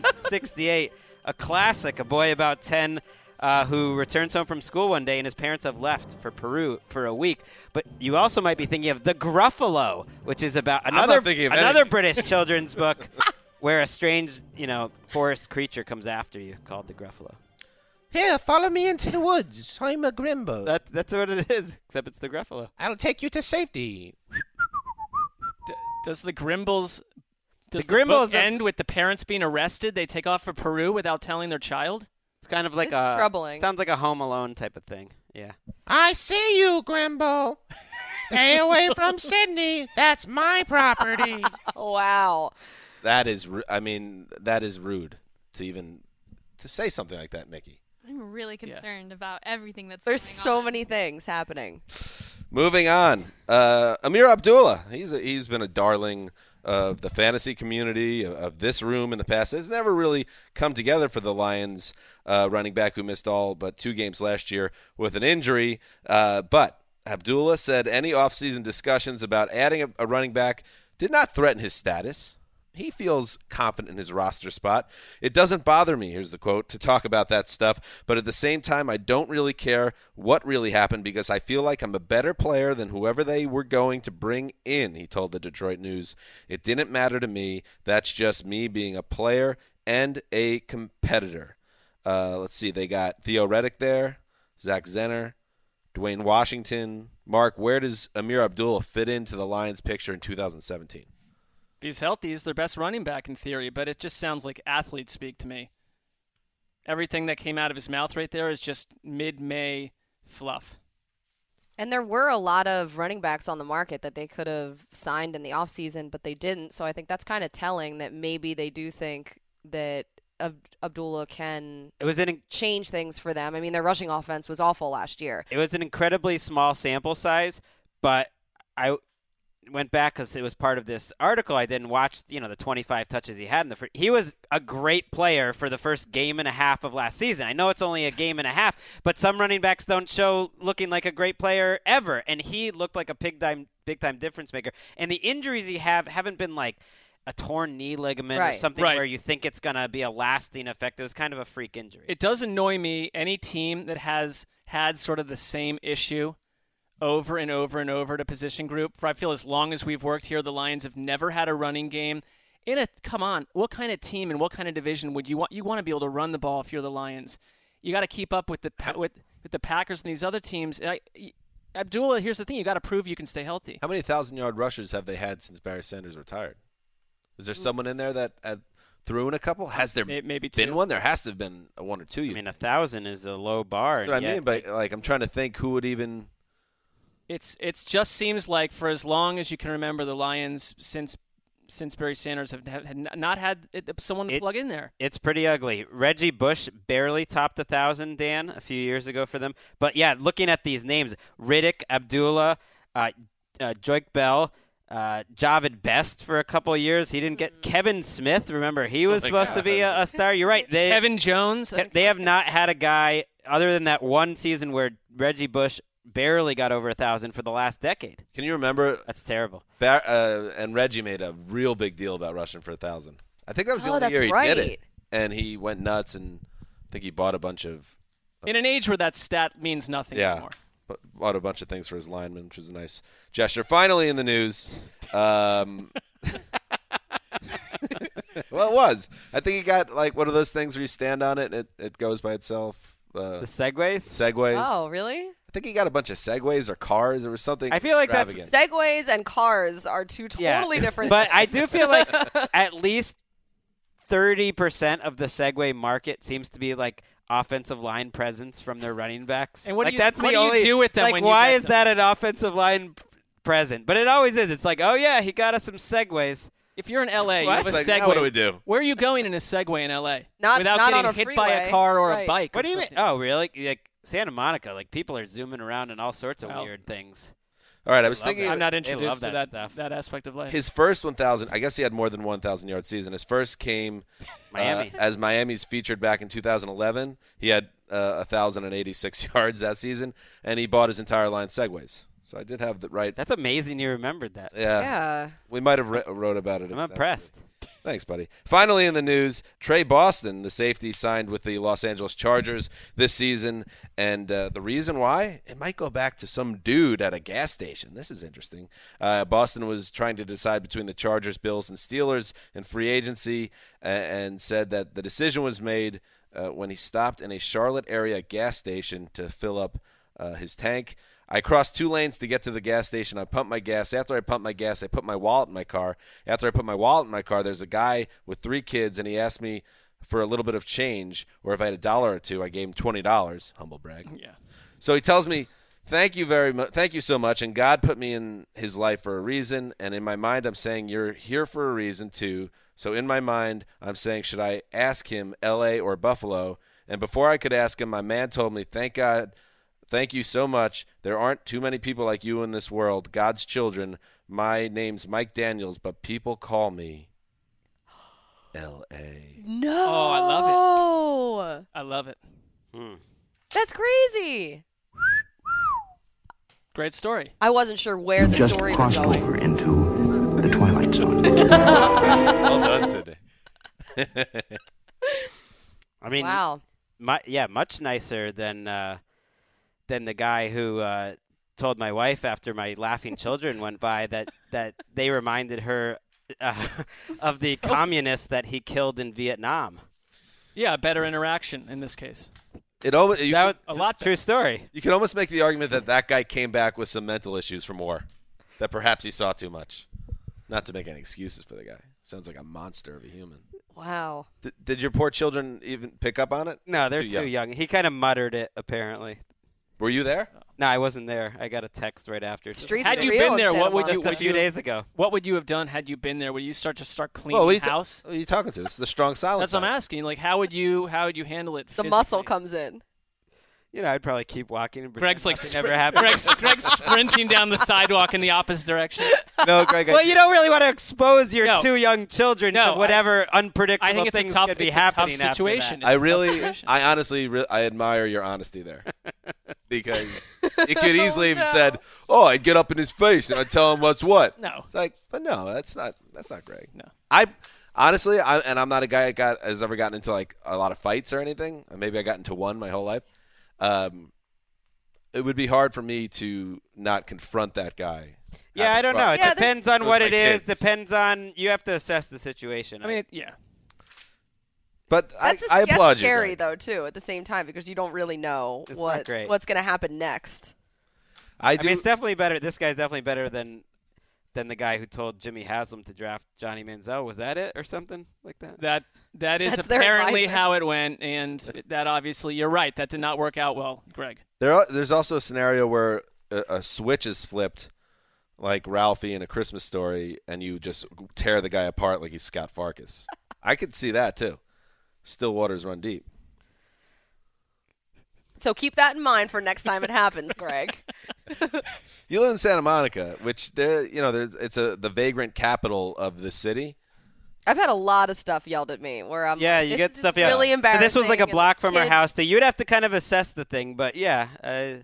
Speaker 5: 1968, a classic. A boy about 10 uh, who returns home from school one day, and his parents have left for Peru for a week. But you also might be thinking of The Gruffalo, which is about
Speaker 7: not
Speaker 5: another
Speaker 7: thinking of
Speaker 5: another
Speaker 7: anything.
Speaker 5: British children's book where a strange, you know, forest creature comes after you, called the Gruffalo.
Speaker 11: Here, follow me into the woods. I'm a Grimbo.
Speaker 5: That, that's what it is, except it's the Gruffalo.
Speaker 11: I'll take you to safety.
Speaker 6: D- does the Grimbles does
Speaker 5: The
Speaker 6: the,
Speaker 5: Grimbles
Speaker 6: Grimbles
Speaker 5: is-
Speaker 6: end with the parents being arrested? They take off for Peru without telling their child.
Speaker 5: It's kind of like
Speaker 4: This is
Speaker 5: a
Speaker 4: troubling.
Speaker 5: Sounds like a Home Alone type of thing. Yeah.
Speaker 11: I see you, Grimbo. Stay away from Sydney. That's my property.
Speaker 4: wow.
Speaker 7: That is, ru- I mean, that is rude to even to say something like that, Mickey.
Speaker 8: I'm really concerned about everything that's
Speaker 4: There's
Speaker 8: going
Speaker 4: so
Speaker 8: on.
Speaker 4: many things happening.
Speaker 7: Moving on, uh, Amir Abdullah. He's a, he's been a darling of the fantasy community of, of this room in the past. It's never really come together for the Lions uh, running back who missed all but two games last year with an injury. Uh, but Abdullah said any offseason discussions about adding a, a running back did not threaten his status. He feels confident in his roster spot. It doesn't bother me, here's the quote, to talk about that stuff, but at the same time, I don't really care what really happened because I feel like I'm a better player than whoever they were going to bring in, he told the Detroit News. It didn't matter to me. That's just me being a player and a competitor. Uh, let's see, they got Theo Reddick there, Zach Zenner, Dwayne Washington. Mark, where does Amir Abdullah fit into the Lions picture in 2017?
Speaker 6: If he's healthy, he's their best running back in theory, but it just sounds like athlete speak to me. Everything that came out of his mouth right there is just mid-May fluff.
Speaker 4: And there were a lot of running backs on the market that they could have signed in the offseason, but they didn't. So I think that's kind of telling that maybe they do think that Ab- Abdullah can
Speaker 5: It was an
Speaker 4: change things for them. I mean, their rushing offense was awful last year.
Speaker 5: It was an incredibly small sample size, but I went back because it was part of this article I did and watched. You know, the 25 touches he had in the fir- he was a great player for the first game and a half of last season. I know it's only a game and a half, but some running backs don't show looking like a great player ever, and he looked like a big time big time difference maker. And the injuries he have haven't been like. A torn knee ligament or
Speaker 6: Right.
Speaker 5: something
Speaker 6: Right.
Speaker 5: where you think it's going to be a lasting effect. It was kind of a freak injury.
Speaker 6: It does annoy me any team that has had sort of the same issue over and over and over at a position group. For I feel as long as we've worked here, the Lions have never had a running game. In a come on, what kind of team and what kind of division would you want? You want to be able to run the ball if you're the Lions. You got to keep up with the Pa- with with the Packers and these other teams. I, Abdullah, here's the thing: you got to prove you can stay healthy.
Speaker 7: How many thousand yard rushes have they had since Barry Sanders retired? Is there someone in there that uh, threw in a couple? Has there
Speaker 5: May- maybe
Speaker 7: been
Speaker 5: two.
Speaker 7: one? There has to have been a one or two. I mean,
Speaker 5: a thousand is a low bar.
Speaker 7: That's what
Speaker 6: yet-
Speaker 7: I mean. But like, I'm trying to think who would even.
Speaker 6: It's it's just seems like for as long as you can remember, the Lions since since Barry Sanders have, have, had not had it, someone to plug in there.
Speaker 5: It's pretty ugly. Reggie Bush barely topped a thousand, Dan, a few years ago for them. But yeah, looking at these names: Riddick, Abdullah, uh, uh, Joik Bell, uh, Javid Best for a couple of years. He didn't get Kevin Smith. Remember, he was
Speaker 6: Mm-hmm. Oh my
Speaker 5: supposed to be a, a star. You're right. They,
Speaker 6: Kevin Jones.
Speaker 5: They have not had a guy other than that one season where Reggie Bush barely got over a thousand for the last decade.
Speaker 7: Can you remember?
Speaker 5: That's terrible.
Speaker 7: Bar- uh, and Reggie made a real big deal about rushing for a thousand. I think that was the
Speaker 6: Oh,
Speaker 7: only
Speaker 6: that's
Speaker 7: year he
Speaker 6: right.
Speaker 7: did it, and he went nuts. And I think he bought a bunch of
Speaker 6: In an age where that stat means nothing
Speaker 7: yeah,
Speaker 6: anymore.
Speaker 7: bu- bought a bunch of things for his linemen, which was a nice gesture. Finally, in the news. Um, well, it was. I think he got like one of those things where you stand on it, and it, it goes by itself. Uh,
Speaker 5: the segways.
Speaker 7: Segways.
Speaker 4: Oh, really?
Speaker 7: I think he got a bunch of segways or cars. There was something.
Speaker 5: I feel like that's-
Speaker 7: extravagant.
Speaker 4: Segways and cars are two totally different.
Speaker 5: But I do
Speaker 4: things.
Speaker 5: feel like at least thirty percent of the Segway market seems to be like offensive line presence from their running backs.
Speaker 6: And what do
Speaker 5: like
Speaker 6: you-
Speaker 5: that's
Speaker 6: what
Speaker 5: the
Speaker 6: do you
Speaker 5: only
Speaker 6: do with them
Speaker 5: like
Speaker 6: when you
Speaker 5: why
Speaker 6: get
Speaker 5: is
Speaker 6: them?
Speaker 5: that an offensive line p- present? But it always is. It's like oh yeah, he got us some Segways.
Speaker 6: If you're in LA, you
Speaker 5: What?
Speaker 6: have a
Speaker 5: It's
Speaker 6: Segway.
Speaker 5: like, now what do we do?
Speaker 6: Where are you going in a Segway in LA?
Speaker 4: Not-
Speaker 6: without
Speaker 4: not
Speaker 6: getting
Speaker 4: on a
Speaker 6: hit by
Speaker 4: freeway,
Speaker 6: a car or
Speaker 4: right.
Speaker 6: a bike.
Speaker 5: What
Speaker 6: or
Speaker 5: do you mean?
Speaker 6: something.
Speaker 5: Oh really? Like Santa Monica, like people are zooming around and all sorts of
Speaker 6: Well.
Speaker 5: weird things.
Speaker 7: All right, I was
Speaker 5: Love
Speaker 7: thinking.
Speaker 5: that.
Speaker 6: I'm not
Speaker 5: They love
Speaker 6: introduced to
Speaker 5: that
Speaker 6: that that, aspect of life.
Speaker 7: His first 1,000, I guess he had more than 1,000 yard season. His first came uh,
Speaker 5: Miami.
Speaker 7: as Miami's featured back in 2011. He had uh, 1,086 yards that season, and he bought his entire line segways. So I did have the right.
Speaker 5: That's amazing. You remembered that.
Speaker 7: Yeah.
Speaker 4: Yeah.
Speaker 7: We might have re- wrote about it.
Speaker 5: I'm
Speaker 7: extensively.
Speaker 5: impressed.
Speaker 7: Thanks, buddy. Finally, in the news, Trey Boston, the safety, signed with the Los Angeles Chargers this season, and uh, the reason why it might go back to some dude at a gas station. This is interesting. Uh, Boston was trying to decide between the Chargers, Bills, and Steelers in free agency, a- and said that the decision was made uh, when he stopped in a Charlotte area gas station to fill up uh, his tank. I crossed two lanes to get to the gas station. I pumped my gas. After I pumped my gas, I put my wallet in my car. After I put my wallet in my car, there's a guy with three kids, and he asked me for a little bit of change, or if I had a dollar or two, I gave him twenty dollars. Humble brag.
Speaker 6: Yeah.
Speaker 7: So he tells me, "Thank you very much. Thank you so much." And God put me in His life for a reason. And in my mind, I'm saying, "You're here for a reason too." So in my mind, I'm saying, "Should I ask him L.A. or Buffalo?" And before I could ask him, my man told me, "Thank God." Thank you so much. There aren't too many people like you in this world, God's children. My name's Mike Daniels, but people call me L.A.
Speaker 4: no.
Speaker 6: Oh, I love
Speaker 4: it.
Speaker 6: I love it.
Speaker 4: That's crazy.
Speaker 6: Great story.
Speaker 4: I wasn't sure where the
Speaker 9: Just
Speaker 4: story was
Speaker 9: crossed
Speaker 4: going.
Speaker 9: over into the Twilight Zone.
Speaker 7: well done, Sydney.
Speaker 5: I mean,
Speaker 4: Wow.
Speaker 5: mu- yeah, much nicer than uh, than the guy who uh, told my wife after my laughing children went by that that they reminded her uh, of the communist that he killed in Vietnam.
Speaker 6: Yeah, better interaction in this case.
Speaker 7: It almost you
Speaker 5: That
Speaker 7: could-
Speaker 5: was a lot true story.
Speaker 7: You can almost make the argument that that guy came back with some mental issues from war, that perhaps he saw too much. Not to make any excuses for the guy. Sounds like a monster of a human.
Speaker 4: Wow.
Speaker 7: D- did your poor children even pick up on it?
Speaker 5: No, they're too young. He kind of muttered it apparently.
Speaker 7: Were you there?
Speaker 5: No, I wasn't there. I got a text right after. so-
Speaker 4: Streets
Speaker 6: Had you been there, what would you?
Speaker 5: Just a
Speaker 6: would
Speaker 5: few
Speaker 6: you-
Speaker 5: days ago.
Speaker 6: What would you have done had you been there? Would you start to start cleaning
Speaker 7: Well, what are you ta-
Speaker 6: house?
Speaker 7: what are you talking to? It's the strong silence.
Speaker 6: That's what I'm asking. Like, how would you? How would you handle it?
Speaker 4: The
Speaker 6: physically?
Speaker 4: muscle comes in.
Speaker 5: You know, I'd probably keep walking. And pretend
Speaker 6: Greg's like
Speaker 5: nothing
Speaker 6: spr-
Speaker 5: never happened.
Speaker 6: Greg's, Greg's sprinting down the sidewalk in the opposite direction.
Speaker 7: No, Greg. I-
Speaker 5: well, you don't really want to expose your
Speaker 6: No.
Speaker 5: two young children
Speaker 6: No,
Speaker 5: to
Speaker 6: I-
Speaker 5: whatever unpredictable
Speaker 6: I think it's a
Speaker 5: things
Speaker 6: tough.
Speaker 5: could be
Speaker 6: it's a tough
Speaker 5: happening after that.
Speaker 6: situation.
Speaker 7: I really, I honestly, re- I admire your honesty there, because it could easily have said, "Oh, I'd get up in his face and I'd tell him what's what."
Speaker 6: No.
Speaker 7: it's like, but no, that's not that's not Greg.
Speaker 6: No.
Speaker 7: I honestly, I, and I'm not a guy that got has ever gotten into like a lot of fights or anything. Or Maybe I got into one my whole life. Um, it would be hard for me to not confront that guy.
Speaker 5: Yeah, I don't know. It
Speaker 4: Yeah, that's-
Speaker 5: depends on
Speaker 7: Those
Speaker 5: what
Speaker 7: are
Speaker 5: it
Speaker 7: my
Speaker 5: is.
Speaker 7: kids.
Speaker 5: Depends on you have to assess the situation.
Speaker 6: I mean, it- yeah.
Speaker 7: But
Speaker 4: That's,
Speaker 7: I, I
Speaker 4: that's
Speaker 7: applaud you.
Speaker 4: scary
Speaker 7: Greg.
Speaker 4: though too at the same time because you don't really know
Speaker 5: It's not
Speaker 4: what
Speaker 5: great.
Speaker 4: what's going to happen next.
Speaker 7: I
Speaker 5: I
Speaker 7: do.
Speaker 5: mean, it's definitely better. This guy's definitely better than than the guy who told Jimmy Haslam to draft Johnny Manziel. Was that it or something like that?
Speaker 6: That that is
Speaker 4: That's their
Speaker 6: apparently
Speaker 4: advisor.
Speaker 6: how it went, and that obviously you're right. That did not work out well, Greg.
Speaker 7: There, are, there's also a scenario where a, a switch is flipped, like Ralphie in A Christmas Story, and you just tear the guy apart like he's Scott Farkas. I could see that too. Still waters run deep.
Speaker 4: So keep that in mind for next time it happens, Greg.
Speaker 7: You live in Santa Monica, which there, you know, there's it's a the vagrant capital of the city.
Speaker 4: I've had a lot of stuff yelled at me where I'm
Speaker 5: yeah,
Speaker 4: like,
Speaker 5: you
Speaker 4: this
Speaker 5: get
Speaker 4: is
Speaker 5: stuff. Yeah,
Speaker 4: really
Speaker 5: So
Speaker 4: embarrassing.
Speaker 5: This was like a
Speaker 4: and
Speaker 5: block from our
Speaker 4: kids-
Speaker 5: house, so you'd have to kind of assess the thing. But yeah, uh,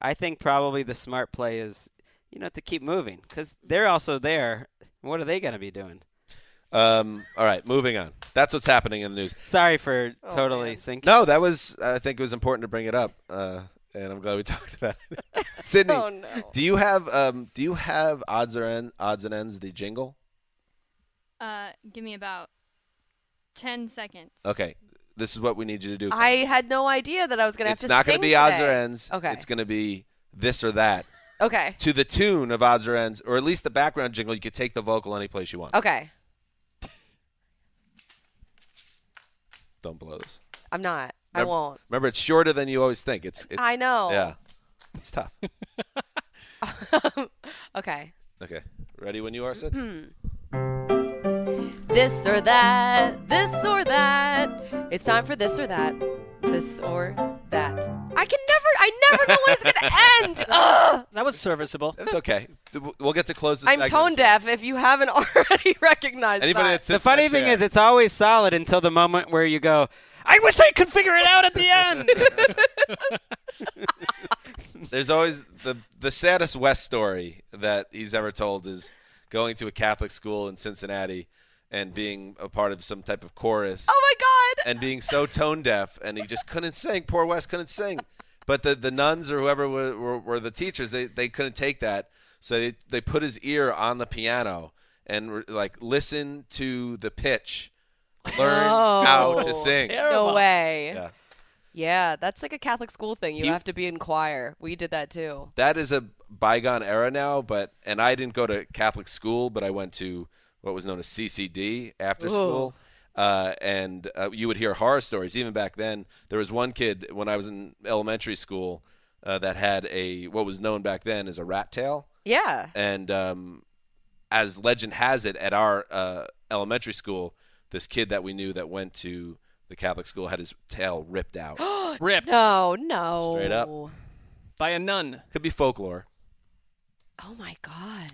Speaker 5: I think probably the smart play is you know to keep moving because they're also there. What are they going to be doing?
Speaker 7: Um, all right, moving on. That's what's happening in the news.
Speaker 5: Sorry for
Speaker 4: Oh,
Speaker 5: totally
Speaker 4: man.
Speaker 5: sinking.
Speaker 7: No, that was I think it was important to bring it up, uh, and I'm glad we talked about it. Sydney,
Speaker 4: Oh no.
Speaker 7: do you have um, do you have odds or end, odds and ends the jingle?
Speaker 8: Uh, give me about ten seconds.
Speaker 7: Okay, this is what we need you to do.
Speaker 4: I had no idea that I was going to have
Speaker 7: it's
Speaker 4: to
Speaker 7: not
Speaker 4: going
Speaker 7: gonna
Speaker 4: to
Speaker 7: be odds or ends.
Speaker 4: Okay.
Speaker 7: It's going to be this or that
Speaker 4: Okay.
Speaker 7: to the tune of odds or ends, or at least the background jingle. You could take the vocal any place you want.
Speaker 4: Okay.
Speaker 7: Don't blow this.
Speaker 4: I'm not. I
Speaker 7: Remember-
Speaker 4: won't.
Speaker 7: Remember, it's shorter than you always think. It's. it's
Speaker 4: I know.
Speaker 7: Yeah. It's tough.
Speaker 4: okay.
Speaker 7: okay. Ready when you are, Sid?
Speaker 4: Mm-hmm. This or that. This or that. It's time for this or that. This or that. I can never. I never know when it's going to end. Ugh.
Speaker 6: That was serviceable.
Speaker 7: It's okay. Th- We'll get to close this.
Speaker 4: I'm
Speaker 7: segment.
Speaker 4: tone deaf. If you haven't already recognized
Speaker 7: Anybody
Speaker 4: that.
Speaker 7: that
Speaker 5: The
Speaker 7: sits in
Speaker 5: funny
Speaker 7: that
Speaker 5: thing
Speaker 7: chair-
Speaker 5: is, it's always solid until the moment where you go, "I wish I could figure it out at the end."
Speaker 7: There's always the the saddest West story that he's ever told is going to a Catholic school in Cincinnati and being a part of some type of chorus
Speaker 4: oh my God.
Speaker 7: and being so tone deaf and he just couldn't sing. Poor West couldn't sing. But the, the nuns or whoever were, were, were the teachers, they, they couldn't take that. So they, they put his ear on the piano and were like listen to the pitch, learn how to sing.
Speaker 4: Oh, No
Speaker 6: Terrible.
Speaker 4: way.
Speaker 7: Yeah.
Speaker 4: Yeah, that's like a Catholic school thing. You
Speaker 7: You-
Speaker 4: have to be in choir. We did that too.
Speaker 7: that is a bygone era now but and i didn't go to catholic school but i went to what was known as ccd after
Speaker 4: Ooh.
Speaker 7: school uh, and uh, you would hear horror stories even back then there was one kid when i was in elementary school uh, that had a what was known back then as a rat tail
Speaker 4: Yeah.
Speaker 7: and um, as legend has it, at our uh, elementary school, this kid that we knew that went to the Catholic school had his tail ripped out.
Speaker 6: Ripped
Speaker 4: No, Oh, no.
Speaker 7: Straight up.
Speaker 4: Oh
Speaker 6: by a nun.
Speaker 7: Could be folklore.
Speaker 4: my God.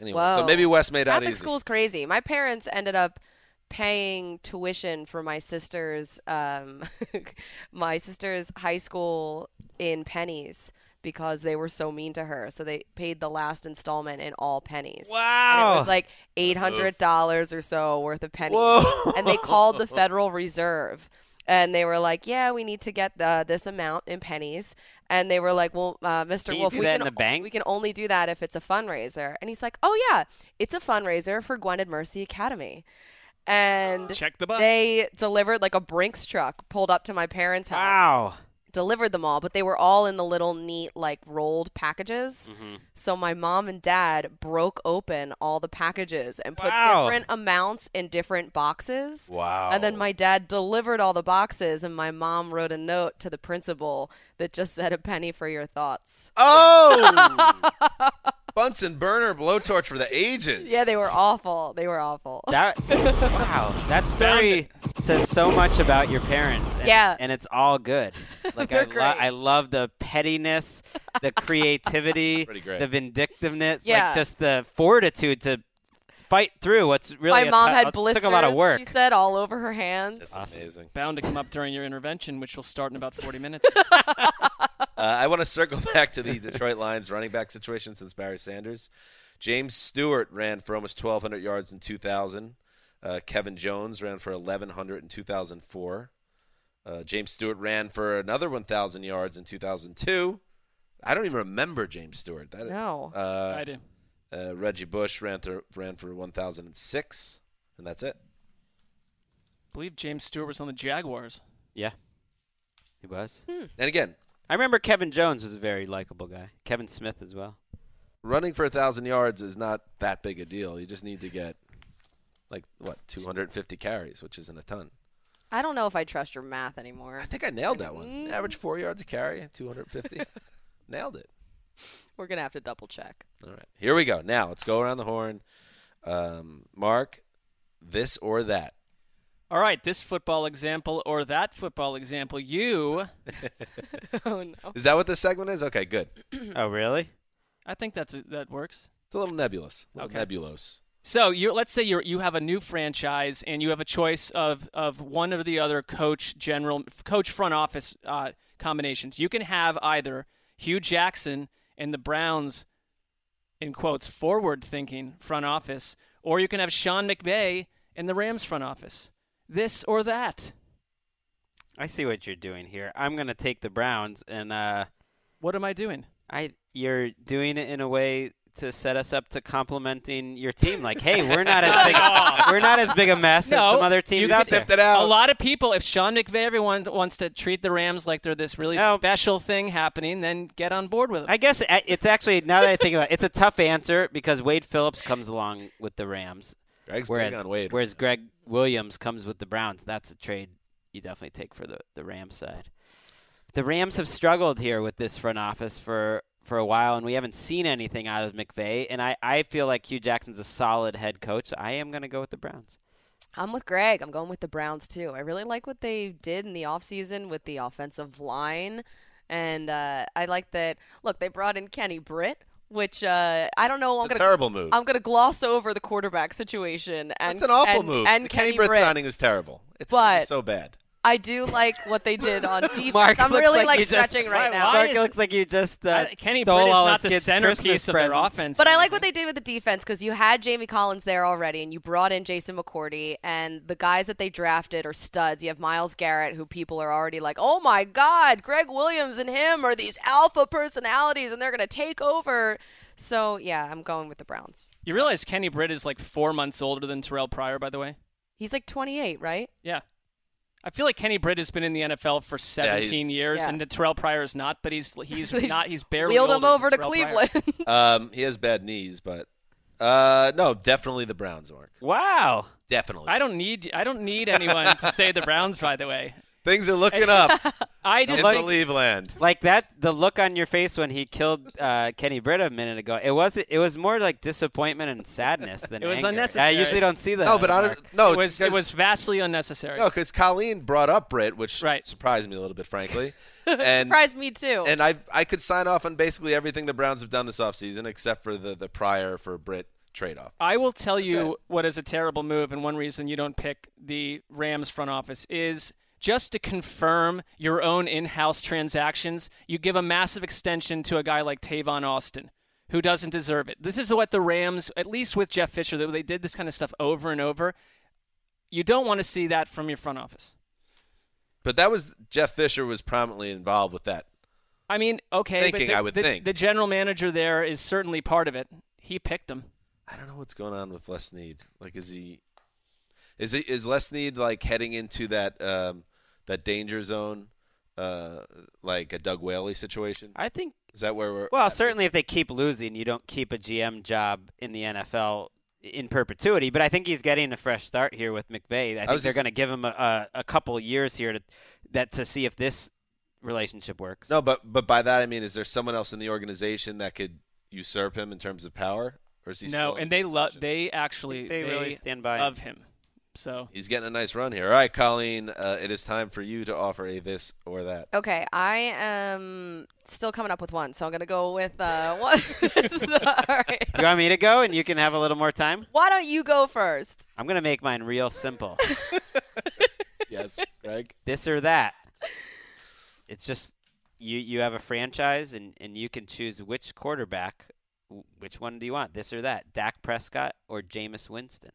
Speaker 7: Anyway, so
Speaker 4: Whoa.
Speaker 7: maybe Wes made out
Speaker 4: Catholic
Speaker 7: easy.
Speaker 4: school's crazy. My parents ended up paying tuition for my sister's um, my sister's high school in pennies because they were so mean to her. So they paid the last installment in all pennies. And it
Speaker 5: wow.
Speaker 4: was like eight hundred dollars or so worth of pennies.
Speaker 7: Whoa.
Speaker 4: And they called the Federal Reserve, and they were like, "Yeah, we need to get the, this amount in pennies." And they were like, "Well, uh, Mr.
Speaker 5: Can you
Speaker 4: Wolf,
Speaker 5: do
Speaker 4: we
Speaker 5: that
Speaker 4: can
Speaker 5: in a bank?"
Speaker 4: we can only do that if it's a fundraiser." And he's like, "Oh yeah, it's a fundraiser for Gwen and Mercy Academy." And
Speaker 6: Check the box.
Speaker 4: they delivered like a Brinks truck pulled up to my parents' house
Speaker 5: wow.
Speaker 4: delivered them all, but they were all in the little neat like rolled packages.
Speaker 5: Mm-hmm.
Speaker 12: Mhm.
Speaker 4: So my mom and dad broke open all the packages and put
Speaker 12: Wow.
Speaker 4: different amounts in different boxes.
Speaker 12: Wow.
Speaker 4: And then my dad delivered all the boxes and my mom wrote a note to the principal that just said a penny for your thoughts.
Speaker 7: Oh, Bunsen burner blowtorch for the ages.
Speaker 4: Yeah, they were awful. They were awful.
Speaker 5: That wow, that story says so much about your parents. And,
Speaker 4: Yeah.
Speaker 5: and it's all good. Like I,
Speaker 4: They're
Speaker 5: lo-
Speaker 4: great.
Speaker 5: I love the pettiness, the creativity,
Speaker 7: great.
Speaker 5: the vindictiveness,
Speaker 4: Yeah.
Speaker 5: like just the fortitude to fight through what's really
Speaker 4: my
Speaker 5: a
Speaker 4: mom
Speaker 5: tou-
Speaker 4: had
Speaker 5: it
Speaker 7: oh,
Speaker 4: blisters.
Speaker 5: Took a lot of work.
Speaker 4: She said all over her hands.
Speaker 7: amazing.
Speaker 6: Bound to come up during your intervention, which will start in about 40 minutes.
Speaker 7: Uh, I want to circle back to the Detroit Lions running back situation since Barry Sanders. James Stewart ran for almost 1,200 yards in 2000. Uh, Kevin Jones ran for 1,100 in 2004. Uh, James Stewart ran for another 1,000 yards in 2002. I don't even remember James Stewart. That
Speaker 4: No.
Speaker 7: uh,
Speaker 6: I do.
Speaker 7: Uh, Reggie Bush ran, through, ran for 1,006, and that's it.
Speaker 6: believe James Stewart was on the Jaguars.
Speaker 5: Yeah, he was.
Speaker 6: Hmm.
Speaker 7: And again,
Speaker 5: I remember Kevin Jones was a very likable guy. Kevin Smith as well.
Speaker 7: running for a thousand yards is not that big a deal. You just need to get like what 250 carries, which isn't a ton.
Speaker 4: I don't know if I trust your math anymore. I
Speaker 7: think I nailed that one.
Speaker 4: Mm-hmm.
Speaker 7: Average four yards a carry, 250. nailed it.
Speaker 4: We're gonna have to double check.
Speaker 7: All right, here we go. Now let's go around the horn. Um, Mark, this or that?
Speaker 6: All right, this football example or that football example, you.
Speaker 4: oh no!
Speaker 7: Is that what this segment is? Okay, good.
Speaker 4: Mm-hmm.
Speaker 5: oh really?
Speaker 6: I think that's a, that works.
Speaker 7: It's a little nebulous. A little
Speaker 6: Okay.
Speaker 7: nebulous.
Speaker 6: So you let's say you you have a new franchise and you have a choice of of one or the other coach general coach front office uh, combinations. You can have either Hugh Jackson and the Browns in quotes forward thinking front office, or you can have Sean McVay and the Rams front office. This or that.
Speaker 5: I see what you're doing here. I'm gonna take the Browns and uh
Speaker 6: What am I doing?
Speaker 5: I you're doing it in a way to set us up to complimenting your team. Like, hey, we're not as big we're not as big a mess as some other teams
Speaker 6: you
Speaker 5: out
Speaker 6: could-
Speaker 5: there.
Speaker 6: A lot of people, if Sean McVay everyone wants to treat the Rams like they're this really special thing happening, then get on board with it.
Speaker 5: I guess a- it's actually now that I think about it, it's a tough answer because Wade Phillips comes along with the Rams,
Speaker 7: Greg's big
Speaker 5: whereas
Speaker 7: on Wade.
Speaker 5: whereas Greg Williams comes with the Browns. That's a trade you definitely take for the the Rams side. The Rams have struggled here with this front office for for a while, and we haven't seen anything out of McVay. And I I feel like Hugh Jackson's a solid head coach. So I am going to go with the Browns.
Speaker 4: I'm with Greg. I'm going with the Browns too. I really like what they did in the offseason with the offensive line. And uh, I like that. Look, they brought in Kenny Britt, which uh, I don't know. I'm
Speaker 7: It's a
Speaker 4: gonna,
Speaker 7: terrible move.
Speaker 4: I'm going to gloss over the quarterback situation. And,
Speaker 7: It's an awful
Speaker 4: and-
Speaker 7: move.
Speaker 4: And
Speaker 7: the Kenny, Britt
Speaker 4: Britt
Speaker 7: signing was terrible. It's
Speaker 4: But-
Speaker 7: so bad.
Speaker 4: I do like what they did on defense.
Speaker 5: Mark
Speaker 4: I'm
Speaker 5: looks
Speaker 4: really like,
Speaker 5: like you just-
Speaker 4: stretching right
Speaker 5: Why-
Speaker 4: now.
Speaker 5: Mark, it looks like you just uh,
Speaker 6: Kenny
Speaker 5: stole
Speaker 6: Britt is
Speaker 5: all
Speaker 6: not
Speaker 5: his
Speaker 6: the
Speaker 5: kids'
Speaker 6: centerpiece
Speaker 5: Christmas
Speaker 6: of their
Speaker 5: presents.
Speaker 6: offense.
Speaker 4: But I like what they did with the defense because you had Jamie Collins there already, and you brought in Jason McCourty, and the guys that they drafted are studs. You have Miles Garrett, who people are already like, "Oh my God, Greg Williams and him are these alpha personalities, and they're going to take over." So yeah, I'm going with the Browns.
Speaker 6: You realize Kenny Britt is like four months older than Terrell Pryor, by the way.
Speaker 4: He's like 28, right?
Speaker 6: Yeah. I feel like Kenny Britt has been in the NFL for 17
Speaker 7: he's-
Speaker 6: years,
Speaker 4: Yeah.
Speaker 6: and Terrell Pryor is not, but he's he's
Speaker 4: They
Speaker 6: not. He's barely
Speaker 4: wheeled him
Speaker 6: older than
Speaker 4: over to
Speaker 6: Terrell
Speaker 4: Cleveland.
Speaker 6: Pryor.
Speaker 7: Um, he has bad knees, but uh, no, definitely the Browns, Mark.
Speaker 5: Wow.
Speaker 7: Definitely.
Speaker 6: I don't need I don't need anyone to say the Browns. By the way,
Speaker 7: Things are looking
Speaker 6: It's-
Speaker 7: up.
Speaker 6: I just
Speaker 7: in believe land.
Speaker 5: Like that, the look on your face when he killed uh, Kenny Britt a minute ago. It was it was more like disappointment and sadness than
Speaker 6: it was
Speaker 5: anger.
Speaker 6: unnecessary.
Speaker 5: I usually don't see that.
Speaker 7: No, but
Speaker 5: anymore.
Speaker 7: honest- no,
Speaker 6: it
Speaker 7: it's
Speaker 6: was it
Speaker 7: because-
Speaker 6: was vastly unnecessary.
Speaker 7: No, because Colleen brought up Brit, which surprised me a little bit, frankly. And
Speaker 4: Surprised me too.
Speaker 7: and I I could sign off on basically everything the Browns have done this offseason except for the the prior for Brit trade off.
Speaker 6: I will tell you what is a terrible move, and one reason you don't pick the Rams front office is just to confirm your own in-house transactions. You give a massive extension to a guy like Tavon Austin, who doesn't deserve it. This is what the Rams, at least with Jeff Fisher, that they did this kind of stuff over and over. You don't want to see that from your front office.
Speaker 7: But that was Jeff Fisher was prominently involved with that.
Speaker 6: I mean, okay,
Speaker 7: Thinking,
Speaker 6: but the,
Speaker 7: I would
Speaker 6: the-
Speaker 7: think.
Speaker 6: the general manager there is certainly part of it. He picked him.
Speaker 7: I don't know what's going on with Les Need. Like is he is he is Les Need like heading into that um that danger zone uh, like a Doug Whaley situation?
Speaker 5: I think
Speaker 7: is that where we're
Speaker 5: well, certainly if they keep losing, you don't keep a GM job in the NFL in perpetuity. But I think he's getting a fresh start here with McVay. I think
Speaker 7: was
Speaker 5: they're
Speaker 7: just-
Speaker 5: going to give him a, a, a couple years here to that to see if this relationship works.
Speaker 7: No, but but by that I mean, is there someone else in the organization that could usurp him in terms of power, or is he
Speaker 6: no,
Speaker 7: still?
Speaker 6: and they love. They actually
Speaker 5: They really stand by him.
Speaker 6: love him. So
Speaker 7: He's getting a nice run here. All right, Colleen, uh, it is time for you to offer a this or that.
Speaker 4: Okay, I am still coming up with one, so I'm gonna go with uh, one. Sorry.
Speaker 5: You want me to go, and you can have a little more time.
Speaker 4: Why don't you go first?
Speaker 5: I'm going to make mine real simple.
Speaker 7: yes, Greg.
Speaker 5: This or that. It's just you you have a franchise and, and you can choose which quarterback. w- Which one do you want? This or that? Dak Prescott or Jameis Winston?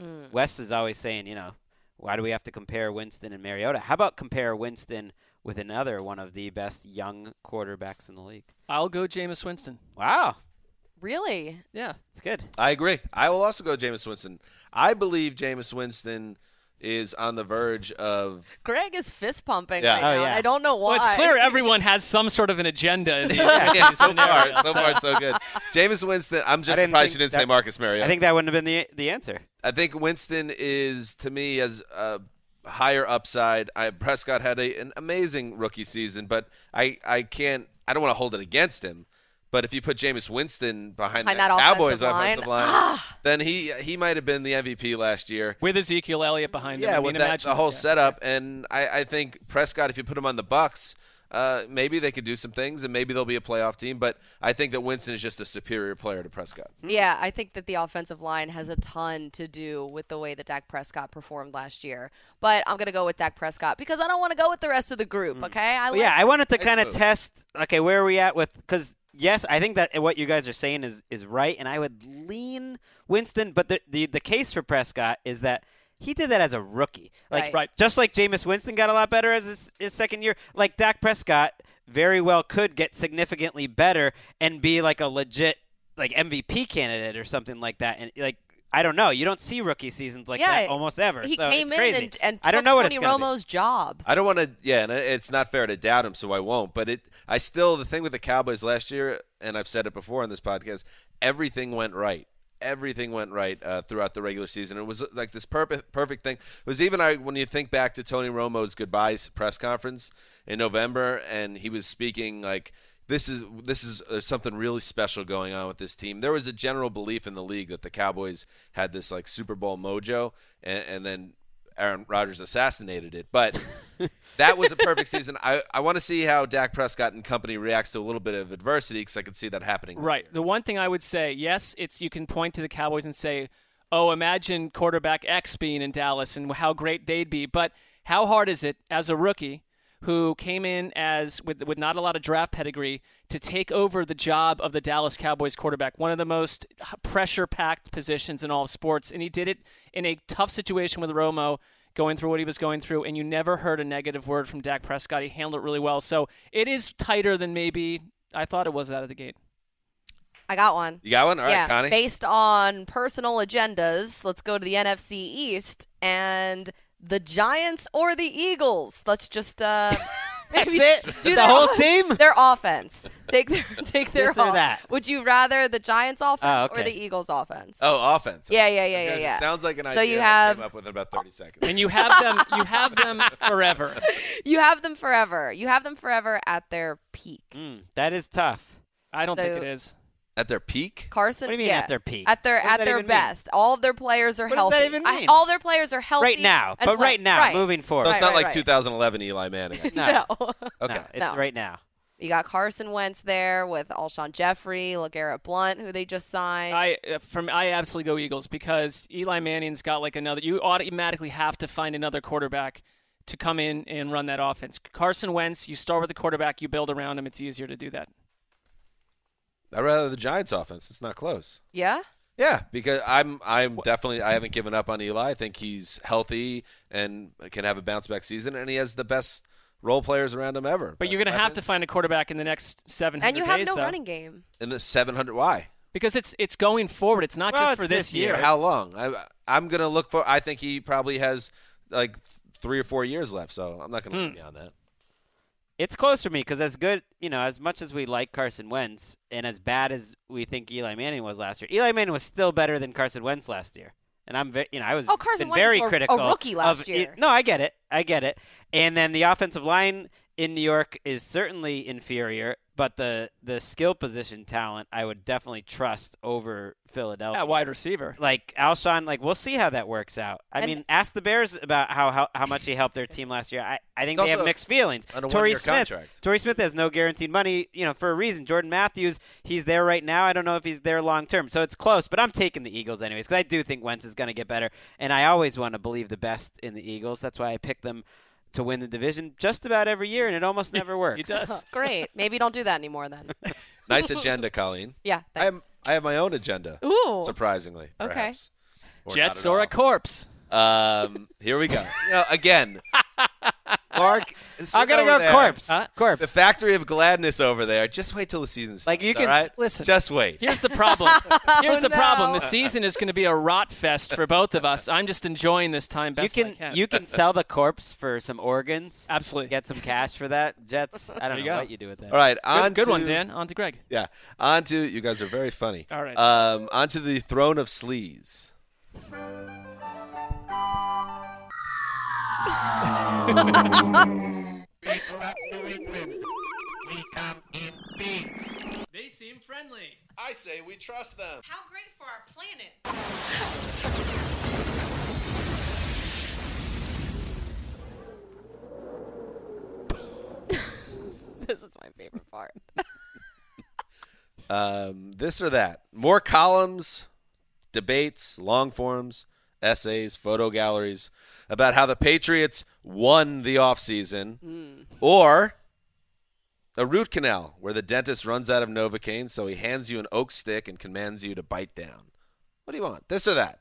Speaker 4: Mm.
Speaker 5: Wes is always saying, you know, why do we have to compare Winston and Mariota? How about compare Winston with another one of the best young quarterbacks in the league?
Speaker 6: I'll go Jameis Winston.
Speaker 5: Wow.
Speaker 4: Really?
Speaker 5: Yeah. It's good.
Speaker 7: I agree. I will also go Jameis Winston. I believe Jameis Winston is on the verge of
Speaker 4: Greg is fist pumping
Speaker 7: Yeah.
Speaker 4: right
Speaker 7: Oh,
Speaker 4: now. and
Speaker 7: yeah.
Speaker 4: I don't know
Speaker 6: Well,
Speaker 4: why.
Speaker 6: it's clear everyone has some sort of an agenda. In these
Speaker 7: yeah, so far,
Speaker 6: scenarios,
Speaker 7: so far, so good. Jameis Winston. I'm just
Speaker 5: I didn't
Speaker 7: surprised
Speaker 5: think
Speaker 7: you didn't
Speaker 5: that-
Speaker 7: say Marcus Mariota.
Speaker 5: I think that wouldn't have been the the answer.
Speaker 7: I think Winston is to me as a higher upside. I, Prescott had a, an amazing rookie season, but I, I can't. I don't want to hold it against him. But if you put Jameis Winston behind,
Speaker 4: Behind
Speaker 7: that,
Speaker 4: that
Speaker 7: Cowboys
Speaker 4: offensive
Speaker 7: offensive
Speaker 4: line. Ah!
Speaker 7: line, then he he might have been the MVP last year.
Speaker 6: With Ezekiel Elliott behind him.
Speaker 7: Yeah,
Speaker 6: I
Speaker 7: with
Speaker 6: mean,
Speaker 7: that,
Speaker 6: imagine
Speaker 7: the whole
Speaker 6: yeah.
Speaker 7: setup, and I, I think Prescott, if you put him on the Bucks, uh, maybe they could do some things, and maybe they'll be a playoff team. But I think that Winston is just a superior player to Prescott.
Speaker 4: Yeah, I think that the offensive line has a ton to do with the way that Dak Prescott performed last year. But I'm gonna go with Dak Prescott because I don't want to go with the rest of the group. Okay, I
Speaker 5: Well, yeah, I wanted to
Speaker 7: Nice
Speaker 5: kind of
Speaker 7: move.
Speaker 5: test. Okay, where are we at with? Because yes, I think that what you guys are saying is is right, and I would lean Winston. But the the, the case for Prescott is that he did that as a rookie, like
Speaker 4: Right.
Speaker 6: Right.
Speaker 5: just like Jameis Winston got a lot better as his, his second year. Like Dak Prescott very well could get significantly better and be like a legit like MVP candidate or something like that, and like. I don't know. You don't see rookie seasons like
Speaker 4: Yeah,
Speaker 5: that almost ever.
Speaker 4: he
Speaker 5: so
Speaker 4: came
Speaker 5: it's
Speaker 4: in
Speaker 5: crazy.
Speaker 4: and, and took
Speaker 5: I don't know what
Speaker 4: Tony
Speaker 5: it's gonna be.
Speaker 4: Romo's job.
Speaker 7: I don't want to. Yeah, and it's not fair to doubt him, so I won't. But it, I still the thing with the Cowboys last year, and I've said it before on this podcast. Everything went right. Everything went right uh, throughout the regular season. It was like this perfect, perfect thing. It was even I when you think back to Tony Romo's goodbyes press conference in November, and he was speaking like. This is this is there's something really special going on with this team. There was a general belief in the league that the Cowboys had this like Super Bowl mojo, and, and then Aaron Rodgers assassinated it. But that was a perfect season. I, I want to see how Dak Prescott and company reacts to a little bit of adversity because I could see that happening.
Speaker 6: Right. The one thing I would say, yes, it's you can point to the Cowboys and say, "Oh, imagine quarterback X being in Dallas and how great they'd be." But how hard is it as a rookie who came in as with with not a lot of draft pedigree to take over the job of the Dallas Cowboys quarterback, one of the most pressure-packed positions in all of sports, and he did it in a tough situation with Romo going through what he was going through, and you never heard a negative word from Dak Prescott. He handled it really well. So it is tighter than maybe I thought it was out of the gate.
Speaker 4: I got one.
Speaker 7: You got one? All right,
Speaker 4: yeah,
Speaker 7: Connie.
Speaker 4: based on personal agendas, let's go to the NFC East and the Giants or the Eagles. Let's just uh, maybe
Speaker 5: That's it? The whole team?
Speaker 4: their offense. Take their take their
Speaker 5: This or
Speaker 4: off-
Speaker 5: that?
Speaker 4: Would you rather the Giants offense
Speaker 5: Oh,
Speaker 4: or
Speaker 5: okay.
Speaker 4: the Eagles offense?
Speaker 7: Oh, offense.
Speaker 4: Yeah, yeah, yeah,
Speaker 7: Guys,
Speaker 4: yeah,
Speaker 7: it
Speaker 4: yeah.
Speaker 7: sounds like an
Speaker 4: So
Speaker 7: idea
Speaker 4: you
Speaker 7: I
Speaker 4: have- Oh.
Speaker 7: came up with in about 30 seconds.
Speaker 6: and you have them you have them forever
Speaker 4: You have them forever. You have them forever at their peak.
Speaker 5: Mm, that is tough.
Speaker 6: i don't think
Speaker 4: So-
Speaker 6: it is
Speaker 7: At their peak?
Speaker 4: Carson.
Speaker 5: What do you mean
Speaker 4: yeah.
Speaker 5: at their peak?
Speaker 4: At their
Speaker 5: What does
Speaker 4: at
Speaker 5: that
Speaker 4: their
Speaker 5: even mean?
Speaker 4: best. All of their players are
Speaker 5: What does
Speaker 4: healthy.
Speaker 5: that even
Speaker 4: I-
Speaker 5: mean?
Speaker 4: all their players are healthy
Speaker 5: right now,
Speaker 4: and
Speaker 5: but
Speaker 4: play-
Speaker 5: right now,
Speaker 4: right.
Speaker 5: moving forward.
Speaker 7: So
Speaker 4: Right,
Speaker 7: it's not
Speaker 4: right,
Speaker 7: like
Speaker 4: right.
Speaker 7: 2011 Eli Manning.
Speaker 5: No.
Speaker 4: No.
Speaker 7: Okay.
Speaker 5: No, it's
Speaker 4: No.
Speaker 5: right now.
Speaker 4: You got Carson Wentz there with Alshon Jeffrey, LeGarrette Blunt, who they just signed.
Speaker 6: i uh, from i absolutely go eagles because eli manning's got like another you automatically have to find another quarterback to come in and run that offense carson wentz you start with the quarterback you build around him it's easier to do that
Speaker 7: I'd rather the Giants offense. It's not close.
Speaker 4: yeah?
Speaker 7: Yeah, because I'm I'm definitely I haven't given up on Eli. I think he's healthy and can have a bounce back season and he has the best role players around him ever.
Speaker 6: but you're going to have to find a quarterback in the next 700
Speaker 4: And you have
Speaker 6: days
Speaker 4: no
Speaker 6: though
Speaker 4: running game.
Speaker 7: in the 700 why?
Speaker 6: because it's it's going forward it's not
Speaker 5: Well,
Speaker 6: just
Speaker 5: it's
Speaker 6: for this,
Speaker 5: this
Speaker 6: year,
Speaker 5: year.
Speaker 7: How long? I, I'm
Speaker 6: Hmm.
Speaker 7: going to look for. I think he probably has like th- three or four years left, so I'm not going to put me on that.
Speaker 5: It's close for me because as good, you know, as much as we like Carson Wentz and as bad as we think Eli Manning was last year, Eli Manning was still better than Carson Wentz last year. And I'm, ve- you know, I was
Speaker 4: Oh, Carson
Speaker 5: been
Speaker 4: Wentz
Speaker 5: very
Speaker 4: was a- a
Speaker 5: critical.
Speaker 4: rookie last
Speaker 5: of, e-,
Speaker 4: year.
Speaker 5: no, I get it, I get it. And then the offensive line in New York is certainly inferior, but the the skill position talent I would definitely trust over Philadelphia.
Speaker 6: At wide receiver.
Speaker 5: Like Alshon, like we'll see how that works out. I
Speaker 6: And-
Speaker 5: mean, ask the Bears about how, how how much he helped their team last year. I, I think
Speaker 7: It's
Speaker 5: they have
Speaker 7: also
Speaker 5: mixed feelings.
Speaker 7: on a
Speaker 5: Torrey
Speaker 7: one-year
Speaker 5: Smith,
Speaker 7: contract.
Speaker 5: Torrey Smith has no guaranteed money, you know, for a reason. Jordan Matthews, he's there right now. I don't know if he's there long term, so it's close. But I'm taking the Eagles anyways because I do think Wentz is going to get better, and I always want to believe the best in the Eagles. That's why I pick them to win the division just about every year, and it almost never works.
Speaker 4: Great. Maybe don't do that anymore then.
Speaker 7: Nice agenda, Colleen.
Speaker 4: Yeah,
Speaker 7: I am. I have my own agenda.
Speaker 4: Ooh.
Speaker 7: Surprisingly.
Speaker 4: Okay.
Speaker 7: perhaps. Or
Speaker 6: Jets
Speaker 7: not
Speaker 6: or a corpse.
Speaker 7: at all. Um. Here we go. You know, again. Mark,
Speaker 6: I'm
Speaker 7: sitting
Speaker 6: gonna
Speaker 7: over
Speaker 6: go
Speaker 7: there,
Speaker 6: corpse. Huh?
Speaker 5: Corpse.
Speaker 7: The factory of gladness over there. Just wait till the season starts.
Speaker 6: Like, you
Speaker 7: all
Speaker 6: can-
Speaker 7: right?
Speaker 6: listen.
Speaker 7: Just wait.
Speaker 6: Here's the problem. Here's
Speaker 5: Oh,
Speaker 6: the problem.
Speaker 5: no.
Speaker 6: The season is going to be a rot fest for both of us. I'm just enjoying this time best
Speaker 5: you
Speaker 6: I
Speaker 5: can,
Speaker 6: can.
Speaker 5: you can sell the corpse for some organs.
Speaker 6: Absolutely.
Speaker 5: Get some cash for that. Jets. I don't
Speaker 6: There you
Speaker 5: know
Speaker 6: go.
Speaker 5: what you do with that.
Speaker 7: All right,
Speaker 6: Good-
Speaker 7: on
Speaker 6: good one,
Speaker 7: to-
Speaker 6: Dan. On to Greg.
Speaker 7: Yeah. On to you guys are very funny.
Speaker 6: All right.
Speaker 7: Um. On to the throne of sleaze.
Speaker 6: They seem friendly.
Speaker 7: I say we trust them.
Speaker 10: How great for our planet.
Speaker 4: this is my favorite part.
Speaker 7: Um. This or that. More columns, debates, long forms, essays, photo galleries about how the Patriots won the offseason.
Speaker 4: Hmm.
Speaker 7: Or a root canal where the dentist runs out of Novocaine, so he hands you an oak stick and commands you to bite down. What do you want? This or that?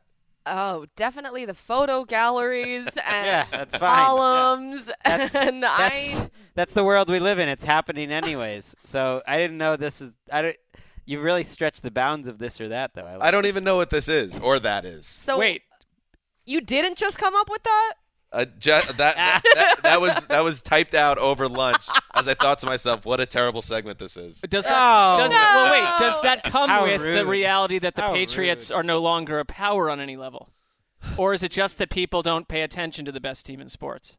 Speaker 4: Oh, definitely the photo galleries and
Speaker 5: Yeah, that's fine.
Speaker 4: columns.
Speaker 5: That's,
Speaker 4: and
Speaker 5: that's,
Speaker 4: I
Speaker 5: that's the world we live in. It's happening anyways. So I didn't know this is. I don't. You really stretched the bounds of this or that, though. like
Speaker 7: I don't even know what this is or that is.
Speaker 4: so wait. You didn't just come up with that?
Speaker 7: Uh, ju- that, that, that, that was that was typed out over lunch as I thought to myself, what a terrible segment this is.
Speaker 6: Does
Speaker 5: Oh.
Speaker 6: that, does, well, wait, does that come
Speaker 5: How
Speaker 6: with the
Speaker 5: rude.
Speaker 6: reality that the
Speaker 5: How
Speaker 6: Patriots are no longer a power on any level? Or is it just that people don't pay attention to the best team in sports?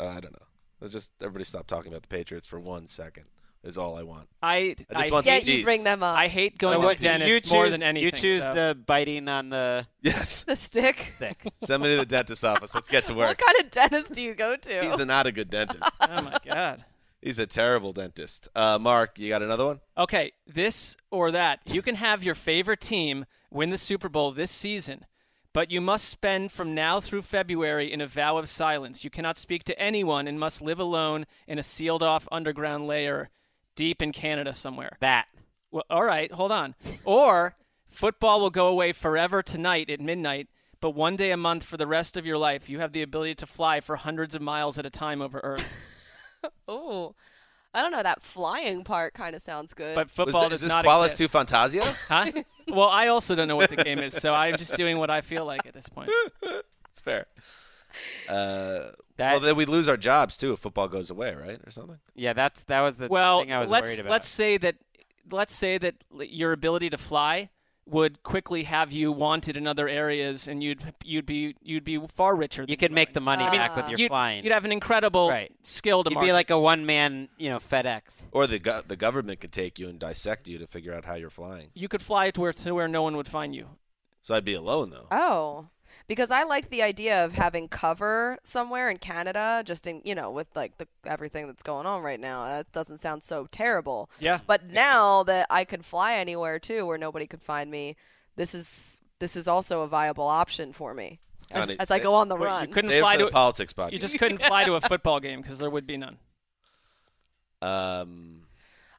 Speaker 7: Uh, I don't know. Let's just everybody stop talking about the Patriots for one second. Is all I want.
Speaker 6: I,
Speaker 7: I just want
Speaker 4: Yeah,
Speaker 7: some
Speaker 4: you
Speaker 7: peace.
Speaker 4: bring them up.
Speaker 6: I hate going
Speaker 5: So
Speaker 6: to
Speaker 5: what-
Speaker 6: the dentist
Speaker 5: you choose,
Speaker 6: more than anything.
Speaker 5: You choose
Speaker 6: so.
Speaker 5: the biting on the
Speaker 7: Yes,
Speaker 4: the stick.
Speaker 5: stick.
Speaker 7: send me to the dentist's office. Let's get to
Speaker 4: What
Speaker 7: work.
Speaker 4: kind of dentist do you go to?
Speaker 7: He's a, not a good dentist.
Speaker 6: Oh my god.
Speaker 7: He's a terrible dentist. Uh, Mark, you got another one?
Speaker 6: Okay, this or that. You can have your favorite team win the Super Bowl this season, but you must spend from now through February in a vow of silence. You cannot speak to anyone and must live alone in a sealed off underground lair deep in Canada somewhere.
Speaker 5: that.
Speaker 6: Well, all right, hold on. Or football will go away forever tonight at midnight, but one day a month for the rest of your life, you have the ability to fly for hundreds of miles at a time over Earth.
Speaker 4: Ooh. I don't know. That flying part kind of sounds good.
Speaker 6: But
Speaker 7: Was
Speaker 6: football
Speaker 7: thi-
Speaker 6: does
Speaker 7: is this
Speaker 6: not
Speaker 7: Qualis
Speaker 6: exist.
Speaker 7: to Fantasia?
Speaker 6: Huh? Well, I also don't know what the game is, so I'm just doing what I feel like at this point.
Speaker 7: It's fair. Uh,
Speaker 5: That-
Speaker 7: well, then we lose our jobs too if football goes away, right, or something.
Speaker 5: Yeah, that's that was the
Speaker 6: Well,
Speaker 5: thing I was
Speaker 6: let's
Speaker 5: worried about.
Speaker 6: let's say that let's say that l- your ability to fly would quickly have you wanted in other areas, and you'd you'd be you'd be far richer.
Speaker 5: you
Speaker 6: than
Speaker 5: could make the money
Speaker 4: I mean,
Speaker 5: back with your
Speaker 6: you'd,
Speaker 5: flying.
Speaker 6: You'd have an incredible
Speaker 5: Right.
Speaker 6: skill to
Speaker 5: Uh, You'd be
Speaker 6: market.
Speaker 5: like a one man, you know, FedEx.
Speaker 7: Or the go- the government could take you and dissect you to figure out how you're flying.
Speaker 6: you could fly to where to where no one would find you.
Speaker 7: So I'd be alone though.
Speaker 4: Oh, because I like the idea of having cover somewhere in Canada, just in you know, with like the everything that's going on right now. That doesn't sound so terrible.
Speaker 6: Yeah.
Speaker 4: But now that I could fly anywhere too, where nobody could find me, this is this is also a viable option for me as,
Speaker 7: Got it.
Speaker 4: as I
Speaker 7: Sa-
Speaker 4: go on the
Speaker 6: Wait, you
Speaker 4: run.
Speaker 6: couldn't
Speaker 7: Save it
Speaker 6: fly
Speaker 7: for the
Speaker 6: to-
Speaker 7: politics podcast.
Speaker 6: You just couldn't fly to a football game because there would be none.
Speaker 7: um,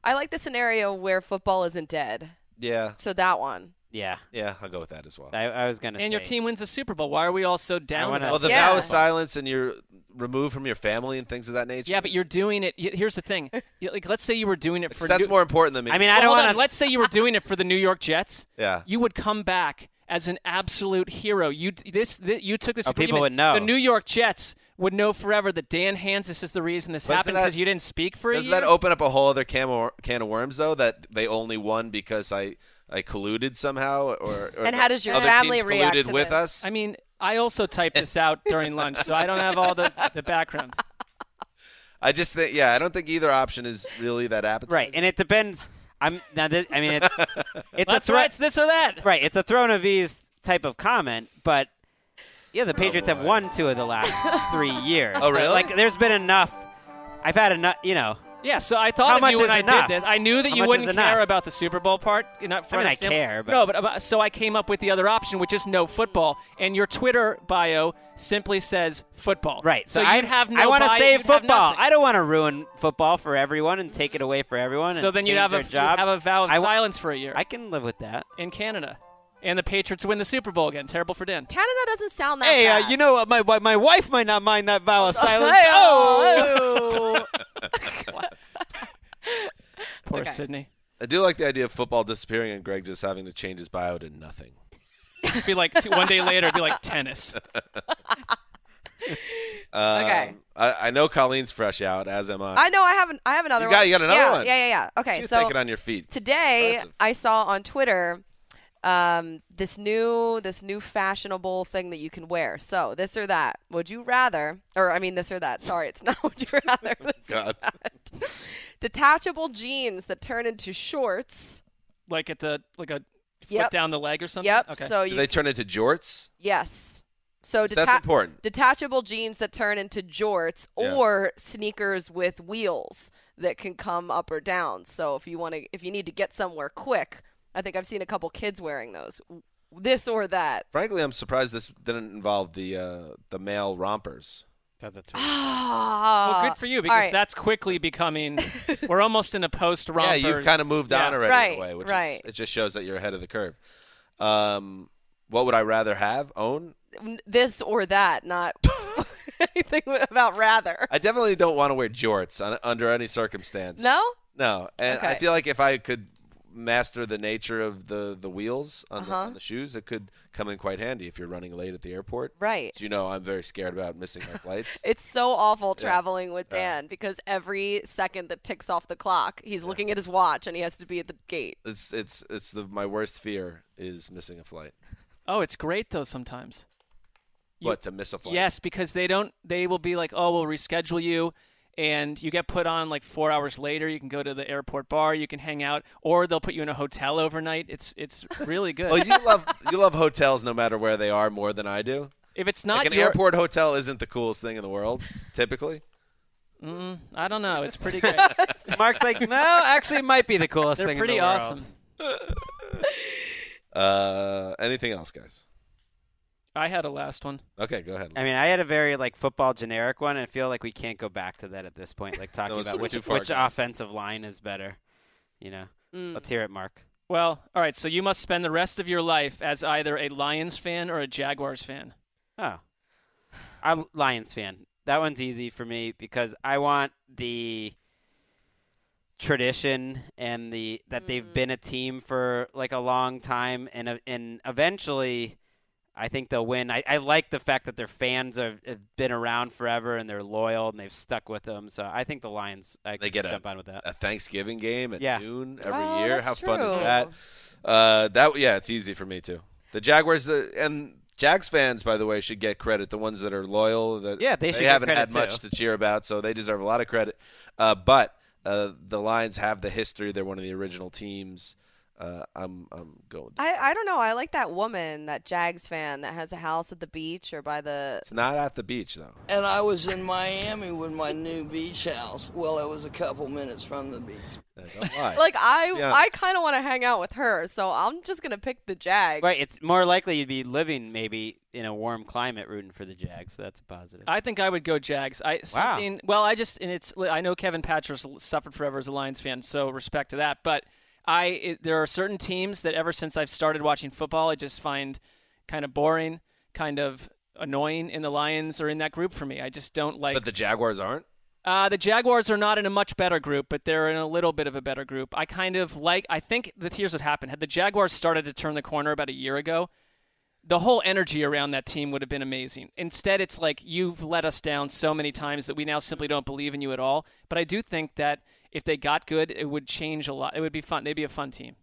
Speaker 4: I like the scenario where football isn't dead.
Speaker 7: yeah,
Speaker 4: So that one.
Speaker 5: Yeah,
Speaker 7: yeah, I'll go with that as well.
Speaker 5: I, I was gonna.
Speaker 6: And your
Speaker 5: say.
Speaker 6: team wins the Super Bowl. Why are we all so down?
Speaker 5: wanna-
Speaker 6: about
Speaker 7: well, the
Speaker 6: it?
Speaker 4: Yeah.
Speaker 7: vow of silence and you're removed from your family and things of that nature.
Speaker 6: yeah, but you're doing it. y- Here's the thing. You- Like, let's say you were doing it
Speaker 7: Like,
Speaker 6: for.
Speaker 7: that's
Speaker 6: New-
Speaker 7: more important than me.
Speaker 5: I mean,
Speaker 6: Well,
Speaker 5: I don't
Speaker 6: hold on.
Speaker 5: want
Speaker 6: Let's say you were doing it for the New York Jets.
Speaker 7: yeah,
Speaker 6: you would come back as an absolute hero. You this, thi- you took this.
Speaker 5: Oh,
Speaker 6: agreement.
Speaker 5: people would know.
Speaker 6: The New York Jets would know forever that Dan Hansis is the reason this
Speaker 7: But isn't
Speaker 6: happened
Speaker 7: that-
Speaker 6: because you didn't speak for a
Speaker 7: Does
Speaker 6: year.
Speaker 7: that open up a whole other can of, can of worms though? That they only won because I I colluded somehow, or, or
Speaker 4: And how does your
Speaker 7: other
Speaker 4: family
Speaker 7: teams
Speaker 4: react
Speaker 7: colluded
Speaker 4: to
Speaker 7: with
Speaker 4: this?
Speaker 7: us?
Speaker 6: I mean, I also typed this out during lunch, so I don't have all the, the background.
Speaker 7: I just think yeah, I don't think either option is really that appetizing.
Speaker 5: Right, and it depends. I'm now. This, I mean, it's it's
Speaker 6: That's
Speaker 5: a
Speaker 6: why
Speaker 5: threat.
Speaker 6: it's this or that.
Speaker 5: Right, it's a throne of ease type of comment, but yeah, the Patriots
Speaker 6: Oh,
Speaker 5: have won two of the last three years. So,
Speaker 7: Oh, really?
Speaker 5: like, there's been enough. I've had enough. You know,
Speaker 6: Yeah, so I thought
Speaker 5: How
Speaker 6: of
Speaker 5: much
Speaker 6: you when
Speaker 5: is
Speaker 6: I
Speaker 5: enough?
Speaker 6: did this. I knew that
Speaker 5: How
Speaker 6: you
Speaker 5: much
Speaker 6: wouldn't
Speaker 5: is
Speaker 6: care
Speaker 5: enough?
Speaker 6: about the Super Bowl part. You're not from
Speaker 5: mean, I
Speaker 6: a stand-
Speaker 5: care, but-
Speaker 6: no, but about, so I came up with the other option, which is no football. And your Twitter bio simply says football.
Speaker 5: right?
Speaker 6: So,
Speaker 5: So, I
Speaker 6: you'd have no.
Speaker 5: I want to
Speaker 6: bio,
Speaker 5: save
Speaker 6: you'd have
Speaker 5: football.
Speaker 6: nothing.
Speaker 5: I don't want to ruin football for everyone and take it away for everyone.
Speaker 6: So
Speaker 5: and
Speaker 6: then you'd
Speaker 5: change
Speaker 6: have a
Speaker 5: their jobs.
Speaker 6: you'd have a vow of
Speaker 5: I, w-
Speaker 6: silence for a year
Speaker 5: I can live with that.
Speaker 6: in Canada, and the Patriots win the Super Bowl again. Terrible for Dan.
Speaker 4: Canada doesn't sound that
Speaker 5: Hey,
Speaker 4: bad.
Speaker 5: uh, you know what? My wi- my wife might not mind that vow of silence.
Speaker 4: Hey,
Speaker 5: Oh,
Speaker 6: Poor
Speaker 4: Okay.
Speaker 6: Sydney.
Speaker 7: I do like the idea of football disappearing and Greg just having to change his bio to nothing.
Speaker 6: Just be like two- one day later, it'd be like tennis.
Speaker 7: Um,
Speaker 4: Okay.
Speaker 7: I, I know Colleen's fresh out, as am I.
Speaker 4: I know I have an, I have another
Speaker 7: You got-
Speaker 4: one.
Speaker 7: you got another
Speaker 4: yeah,
Speaker 7: one?
Speaker 4: Yeah, yeah, yeah. Okay,
Speaker 7: She's
Speaker 4: so
Speaker 7: thinking on your feet.
Speaker 4: today
Speaker 7: Impressive.
Speaker 4: I saw on Twitter um, this new this new fashionable thing that you can wear. So this or that. Would you rather? Or I mean this or that. Sorry, it's not. Would you rather? This or
Speaker 7: Oh, God.
Speaker 4: that. Detachable jeans that turn into shorts.
Speaker 6: like at the like a foot
Speaker 4: Yep.
Speaker 6: down the leg or something.
Speaker 4: Yep.
Speaker 6: Um, Okay.
Speaker 4: So
Speaker 7: Do
Speaker 4: you
Speaker 7: they turn into jorts?
Speaker 4: yes. So
Speaker 7: So that's
Speaker 4: deta-
Speaker 7: important.
Speaker 4: Detachable jeans that turn into jorts
Speaker 7: Yeah.
Speaker 4: or sneakers with wheels that can come up or down. So if you want to, if you need to get somewhere quick, I think I've seen a couple kids wearing those. This or that.
Speaker 7: Frankly, I'm surprised this didn't involve the uh, the male rompers.
Speaker 5: God, that's
Speaker 6: well,
Speaker 4: Ah,
Speaker 6: good for you because
Speaker 4: right.
Speaker 6: that's quickly becoming. we're almost in a post rompers.
Speaker 7: Yeah, you've kind of moved on
Speaker 6: Yeah.
Speaker 7: already
Speaker 4: Right,
Speaker 7: in a way, which
Speaker 4: right.
Speaker 7: is, it just shows that you're ahead of the curve. Um, what would I rather have? Own?
Speaker 4: N- this or that, not anything about rather.
Speaker 7: I definitely don't want to wear jorts on, under any circumstance.
Speaker 4: No,
Speaker 7: No, and I
Speaker 4: Okay.
Speaker 7: feel like if I could master the nature of the the wheels on, the,
Speaker 4: Uh-huh.
Speaker 7: on the shoes, it could come in quite handy if you're running late at the airport.
Speaker 4: right.
Speaker 7: As you know, I'm very scared about missing my flights.
Speaker 4: It's so awful traveling with Dan because every second that ticks off the clock, he's looking at his watch and he has to be at the gate.
Speaker 7: It's it's it's the my worst fear is missing a flight.
Speaker 6: Oh, it's great though sometimes. You-
Speaker 7: what to miss a flight?
Speaker 6: Yes, because they don't. They will be like, "Oh, we'll reschedule you," and you get put on like four hours later. You can go to the airport bar. You can hang out, or they'll put you in a hotel overnight. It's it's really good.
Speaker 7: Well, Oh, you love you love hotels no matter where they are more than I do.
Speaker 6: if it's not
Speaker 7: like an
Speaker 6: your,
Speaker 7: airport hotel isn't the coolest thing in the world typically.
Speaker 6: I don't know. It's pretty great.
Speaker 5: true. Mark's like, no, actually, it might be the coolest
Speaker 6: They're
Speaker 5: thing.
Speaker 6: pretty
Speaker 5: in the world."
Speaker 6: awesome.
Speaker 7: Uh, anything else, guys?
Speaker 6: I had a last one.
Speaker 7: Okay, go ahead.
Speaker 5: I mean, I had a very like football generic one, and I feel like we can't go back to that at this point. Like talking
Speaker 7: it's
Speaker 5: about
Speaker 7: too
Speaker 5: which
Speaker 7: far
Speaker 5: which
Speaker 7: gone.
Speaker 5: offensive line is better. You know, let's hear it, Mark.
Speaker 6: Well, all right. So you must spend the rest of your life as either a Lions fan or a Jaguars fan.
Speaker 5: Oh, I'm Lions fan. That one's easy for me because I want the tradition and the that they've been a team for like a long time, and ev- and eventually, I think they'll win. I, I like the fact that their fans have, have been around forever and they're loyal and they've stuck with them. So I think the Lions. I
Speaker 7: They
Speaker 5: could
Speaker 7: get a-
Speaker 5: jump on with that.
Speaker 7: a Thanksgiving game at
Speaker 5: Yeah.
Speaker 7: noon every
Speaker 4: Oh,
Speaker 7: year.
Speaker 4: that's
Speaker 7: How fun is
Speaker 4: true.
Speaker 7: that? Uh, that yeah, it's easy for me too. The Jaguars uh, and Jags fans, by the way, should get credit. The ones that are loyal, that
Speaker 5: Yeah, they should get
Speaker 7: haven't
Speaker 5: credit,
Speaker 7: had much
Speaker 5: too.
Speaker 7: to cheer about, so they deserve a lot of credit. Uh, but uh, the Lions have the history. They're one of the original teams. Uh, I'm I'm going.
Speaker 4: I, I don't know. I like that woman, that Jags fan that has a house at the beach or by the.
Speaker 7: it's not at the beach though.
Speaker 12: And I was in Miami with my new beach house. Well, it was a couple minutes from the beach.
Speaker 7: Uh, Don't lie.
Speaker 4: Like I,
Speaker 7: Let's be
Speaker 4: I
Speaker 7: honest.
Speaker 4: kind of want to hang out with her, so I'm just gonna pick the Jags.
Speaker 5: Right, it's more likely you'd be living maybe in a warm climate rooting for the Jags. So that's a positive.
Speaker 6: I think I would go Jags. I something. Well, I just and it's. I know Kevin Patras suffered forever as a Lions fan, so respect to that. But I it, there are certain teams that ever since I've started watching football, I just find kind of boring, kind of annoying. And the Lions are in that group for me. I just don't like.
Speaker 7: but the Jaguars aren't.
Speaker 6: Uh, the Jaguars are not in a much better group, but they're in a little bit of a better group. I kind of like. I think that here's what happened. Had the Jaguars started to turn the corner about a year ago, the whole energy around that team would have been amazing. Instead, it's like you've let us down so many times that we now simply don't believe in you at all. But I do think that if they got good, it would change a lot. It would be fun. They'd be a fun team.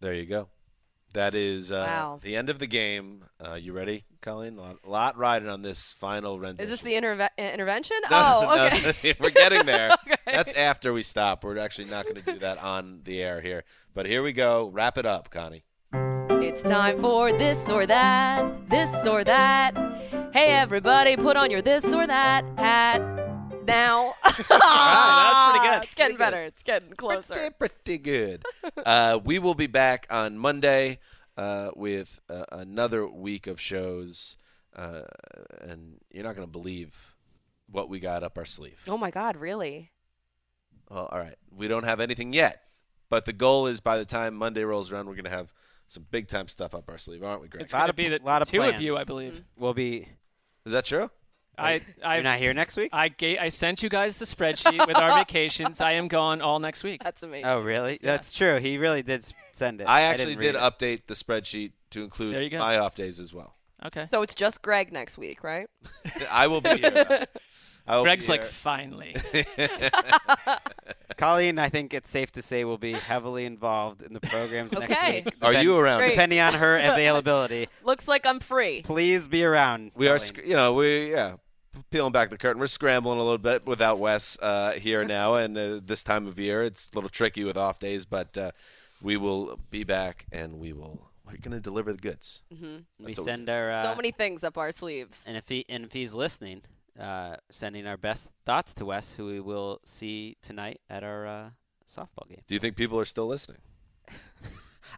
Speaker 7: There you go. That is uh,
Speaker 4: Wow.
Speaker 7: the end of the game. Uh, you ready, Colleen? A lot, a lot riding on this final rendition.
Speaker 4: Is this the interve- intervention?
Speaker 7: No,
Speaker 4: oh,
Speaker 7: no,
Speaker 4: okay.
Speaker 7: we're getting there. That's after we stop. We're actually not going to do that on the air here. But here we go. Wrap it up, Connie.
Speaker 4: It's time for this or that, this or that. Hey, everybody, put on your this or that hat now.
Speaker 7: right,
Speaker 4: that's pretty good. It's getting better. It's getting closer.
Speaker 7: Pretty, pretty good. uh, we will be back on Monday uh, with uh, another week of shows, uh, and you're not going to believe what we got up our sleeve.
Speaker 4: Oh my God, really?
Speaker 7: Well, all right. We don't have anything yet, but the goal is by the time Monday rolls around, we're going to have some big time stuff up our sleeve, aren't we, Greg?
Speaker 6: It's going to be the
Speaker 5: lot of
Speaker 6: two
Speaker 5: plans.
Speaker 6: of you, I believe.
Speaker 5: We'll be.
Speaker 7: Is that true?
Speaker 6: I, I,
Speaker 5: You're not here next week.
Speaker 6: I, ga- I sent you guys the spreadsheet with our vacations. I am gone all next week.
Speaker 4: That's amazing.
Speaker 5: Oh, really? That's true. He really did s- send it.
Speaker 7: I actually did
Speaker 5: didn't read
Speaker 7: update the spreadsheet to
Speaker 5: There you
Speaker 7: include
Speaker 5: go.
Speaker 7: my off days as well.
Speaker 6: Okay.
Speaker 4: So it's just Greg next week, right?
Speaker 7: I will be here. though. I will be
Speaker 6: Greg's like,
Speaker 7: here.
Speaker 6: finally.
Speaker 5: it. Colleen, I think it's safe to say will be heavily involved in the programs next
Speaker 4: Okay.
Speaker 5: week.
Speaker 7: Are you around? Great.
Speaker 5: Depending on her availability,
Speaker 4: Looks like I'm free.
Speaker 5: please be around.
Speaker 7: We are, sc- you know, we yeah, p- peeling back the curtain. We're scrambling a little bit without Wes uh, here now, and uh, this time of year it's a little tricky with off days, but uh, we will be back, and we will. We're gonna deliver the goods.
Speaker 4: hmm
Speaker 5: We
Speaker 7: That's what
Speaker 5: send our uh,
Speaker 4: so many things up our sleeves.
Speaker 5: and if he and if he's listening, uh, sending our best thoughts to Wes, who we will see tonight at our uh, softball game.
Speaker 7: Do you think people are still listening?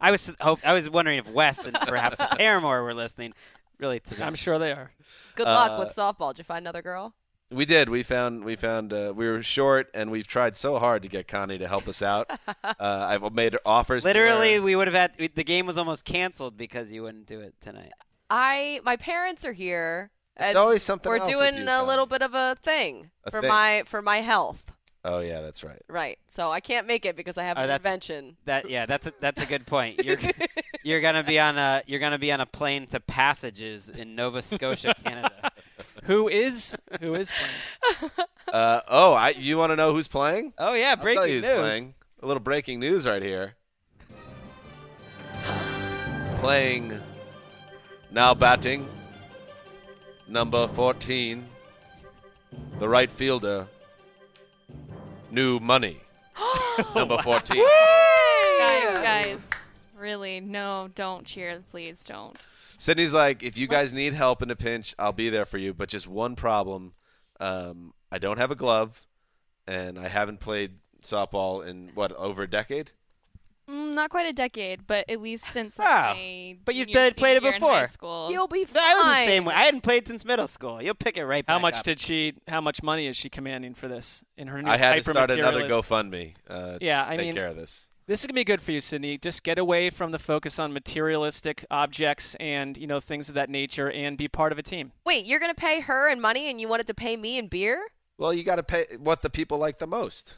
Speaker 5: I was hope I was wondering if Wes and perhaps the Paramore were listening. Really, to
Speaker 6: I'm sure they are.
Speaker 4: Good
Speaker 7: Uh,
Speaker 4: luck with softball. Did you find another girl?
Speaker 7: We did. We found. We found. Uh, we were short, and we've tried so hard to get Connie to help us out. uh, I've made offers. to her.
Speaker 5: Literally, we would have had we, the game was almost canceled because you wouldn't do it tonight.
Speaker 4: I my parents are here.
Speaker 7: It's
Speaker 4: and
Speaker 7: always something
Speaker 4: We're
Speaker 7: else with
Speaker 4: doing
Speaker 7: you,
Speaker 4: a
Speaker 7: Connie.
Speaker 4: little bit of a thing
Speaker 7: A
Speaker 4: for
Speaker 7: thing.
Speaker 4: my for my health.
Speaker 7: Oh yeah, that's right.
Speaker 4: Right. So I can't make it because I have
Speaker 5: Oh,
Speaker 4: an
Speaker 5: that's-
Speaker 4: intervention.
Speaker 5: That yeah, that's a, that's a good point. You're you're gonna be on a you're gonna be on a plane to Passages in Nova Scotia, Canada.
Speaker 6: Who is who is playing?
Speaker 7: Uh, oh, I, you want to know who's playing?
Speaker 5: Oh yeah,
Speaker 7: I'll tell you
Speaker 5: breaking
Speaker 7: who's
Speaker 5: news.
Speaker 7: playing. A little breaking news right here. Playing now batting number 14, the right fielder, New Money, number 14.
Speaker 8: guys, guys, really, no, don't cheer, please don't.
Speaker 7: Sydney's like, if you guys need help in a pinch, I'll be there for you. But just one problem: um, I don't have a glove, and I haven't played softball in what over a decade.
Speaker 8: Mm, not quite a decade, but at least since
Speaker 5: Wow.
Speaker 8: my
Speaker 5: But you've
Speaker 8: junior,
Speaker 5: played- played it
Speaker 8: senior year in high
Speaker 5: before.
Speaker 8: school.
Speaker 4: You'll be fine.
Speaker 5: I was the same way. I hadn't played since middle school. You'll pick it right back
Speaker 6: How much
Speaker 5: up.
Speaker 6: did she? How much money is she commanding for this in her new
Speaker 7: I had to
Speaker 6: hyper
Speaker 7: start another
Speaker 6: materialist-
Speaker 7: GoFundMe. Uh,
Speaker 6: Yeah, I
Speaker 7: take
Speaker 6: mean-
Speaker 7: care of this.
Speaker 6: This is gonna be good for you, Sydney. Just get away from the focus on materialistic objects and you know things of that nature, and be part of a team.
Speaker 4: Wait, you're gonna pay her in money, and you wanted to pay me in beer?
Speaker 7: Well, you got to pay what the people like the most.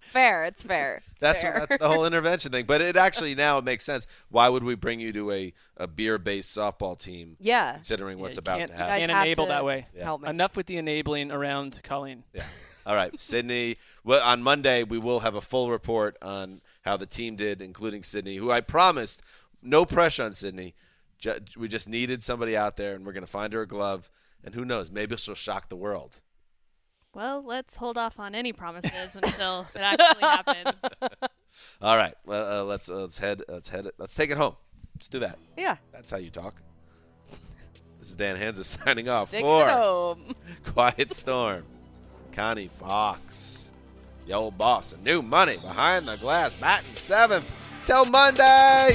Speaker 4: Fair. It's fair. It's
Speaker 7: That's,
Speaker 4: fair.
Speaker 7: that's the whole intervention thing. But it actually now it makes sense. Why would we bring you to a, a beer based softball team?
Speaker 4: Yeah.
Speaker 7: Considering what's
Speaker 6: You
Speaker 7: about
Speaker 6: can't,
Speaker 7: to
Speaker 6: you
Speaker 7: happen.
Speaker 6: can't
Speaker 4: Guys have
Speaker 6: enable
Speaker 4: to
Speaker 6: that way.
Speaker 7: Yeah.
Speaker 4: help me.
Speaker 6: Enough with the enabling around Colleen.
Speaker 7: Yeah. All right, Sydney. Well, on Monday we will have a full report on how the team did, including Sydney, who I promised no pressure on Sydney. Ju- We just needed somebody out there, and we're going to find her a glove. And who knows? Maybe she'll shock the world.
Speaker 8: Well, let's hold off on any promises until it actually happens.
Speaker 7: All right, well, uh, let's let's head let's head let's take it home. Let's do that.
Speaker 4: Yeah.
Speaker 7: That's how you talk. This is Dan Hansa signing off
Speaker 4: Take
Speaker 7: for
Speaker 4: it home.
Speaker 7: Quiet Storm. Connie Fox, the old boss, and new money behind the glass, batting seventh. Till Monday.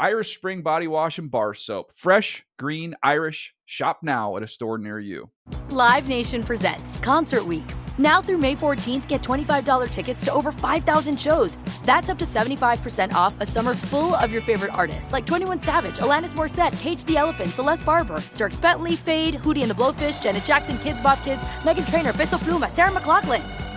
Speaker 13: Irish Spring Body Wash and Bar Soap. Fresh, green, Irish. Shop now at a store near you.
Speaker 1: Live Nation presents Concert Week. Now through May 14th, get $25 tickets to over 5,000 shows. That's up to 75% off a summer full of your favorite artists like 21 Savage, Alanis Morissette, Cage the Elephant, Celeste Barber, Dirk Bentley, Fade, Hootie and the Blowfish, Janet Jackson, Kids Bop Kids, Megan Trainor, Bissell Pluma, Sarah McLaughlin.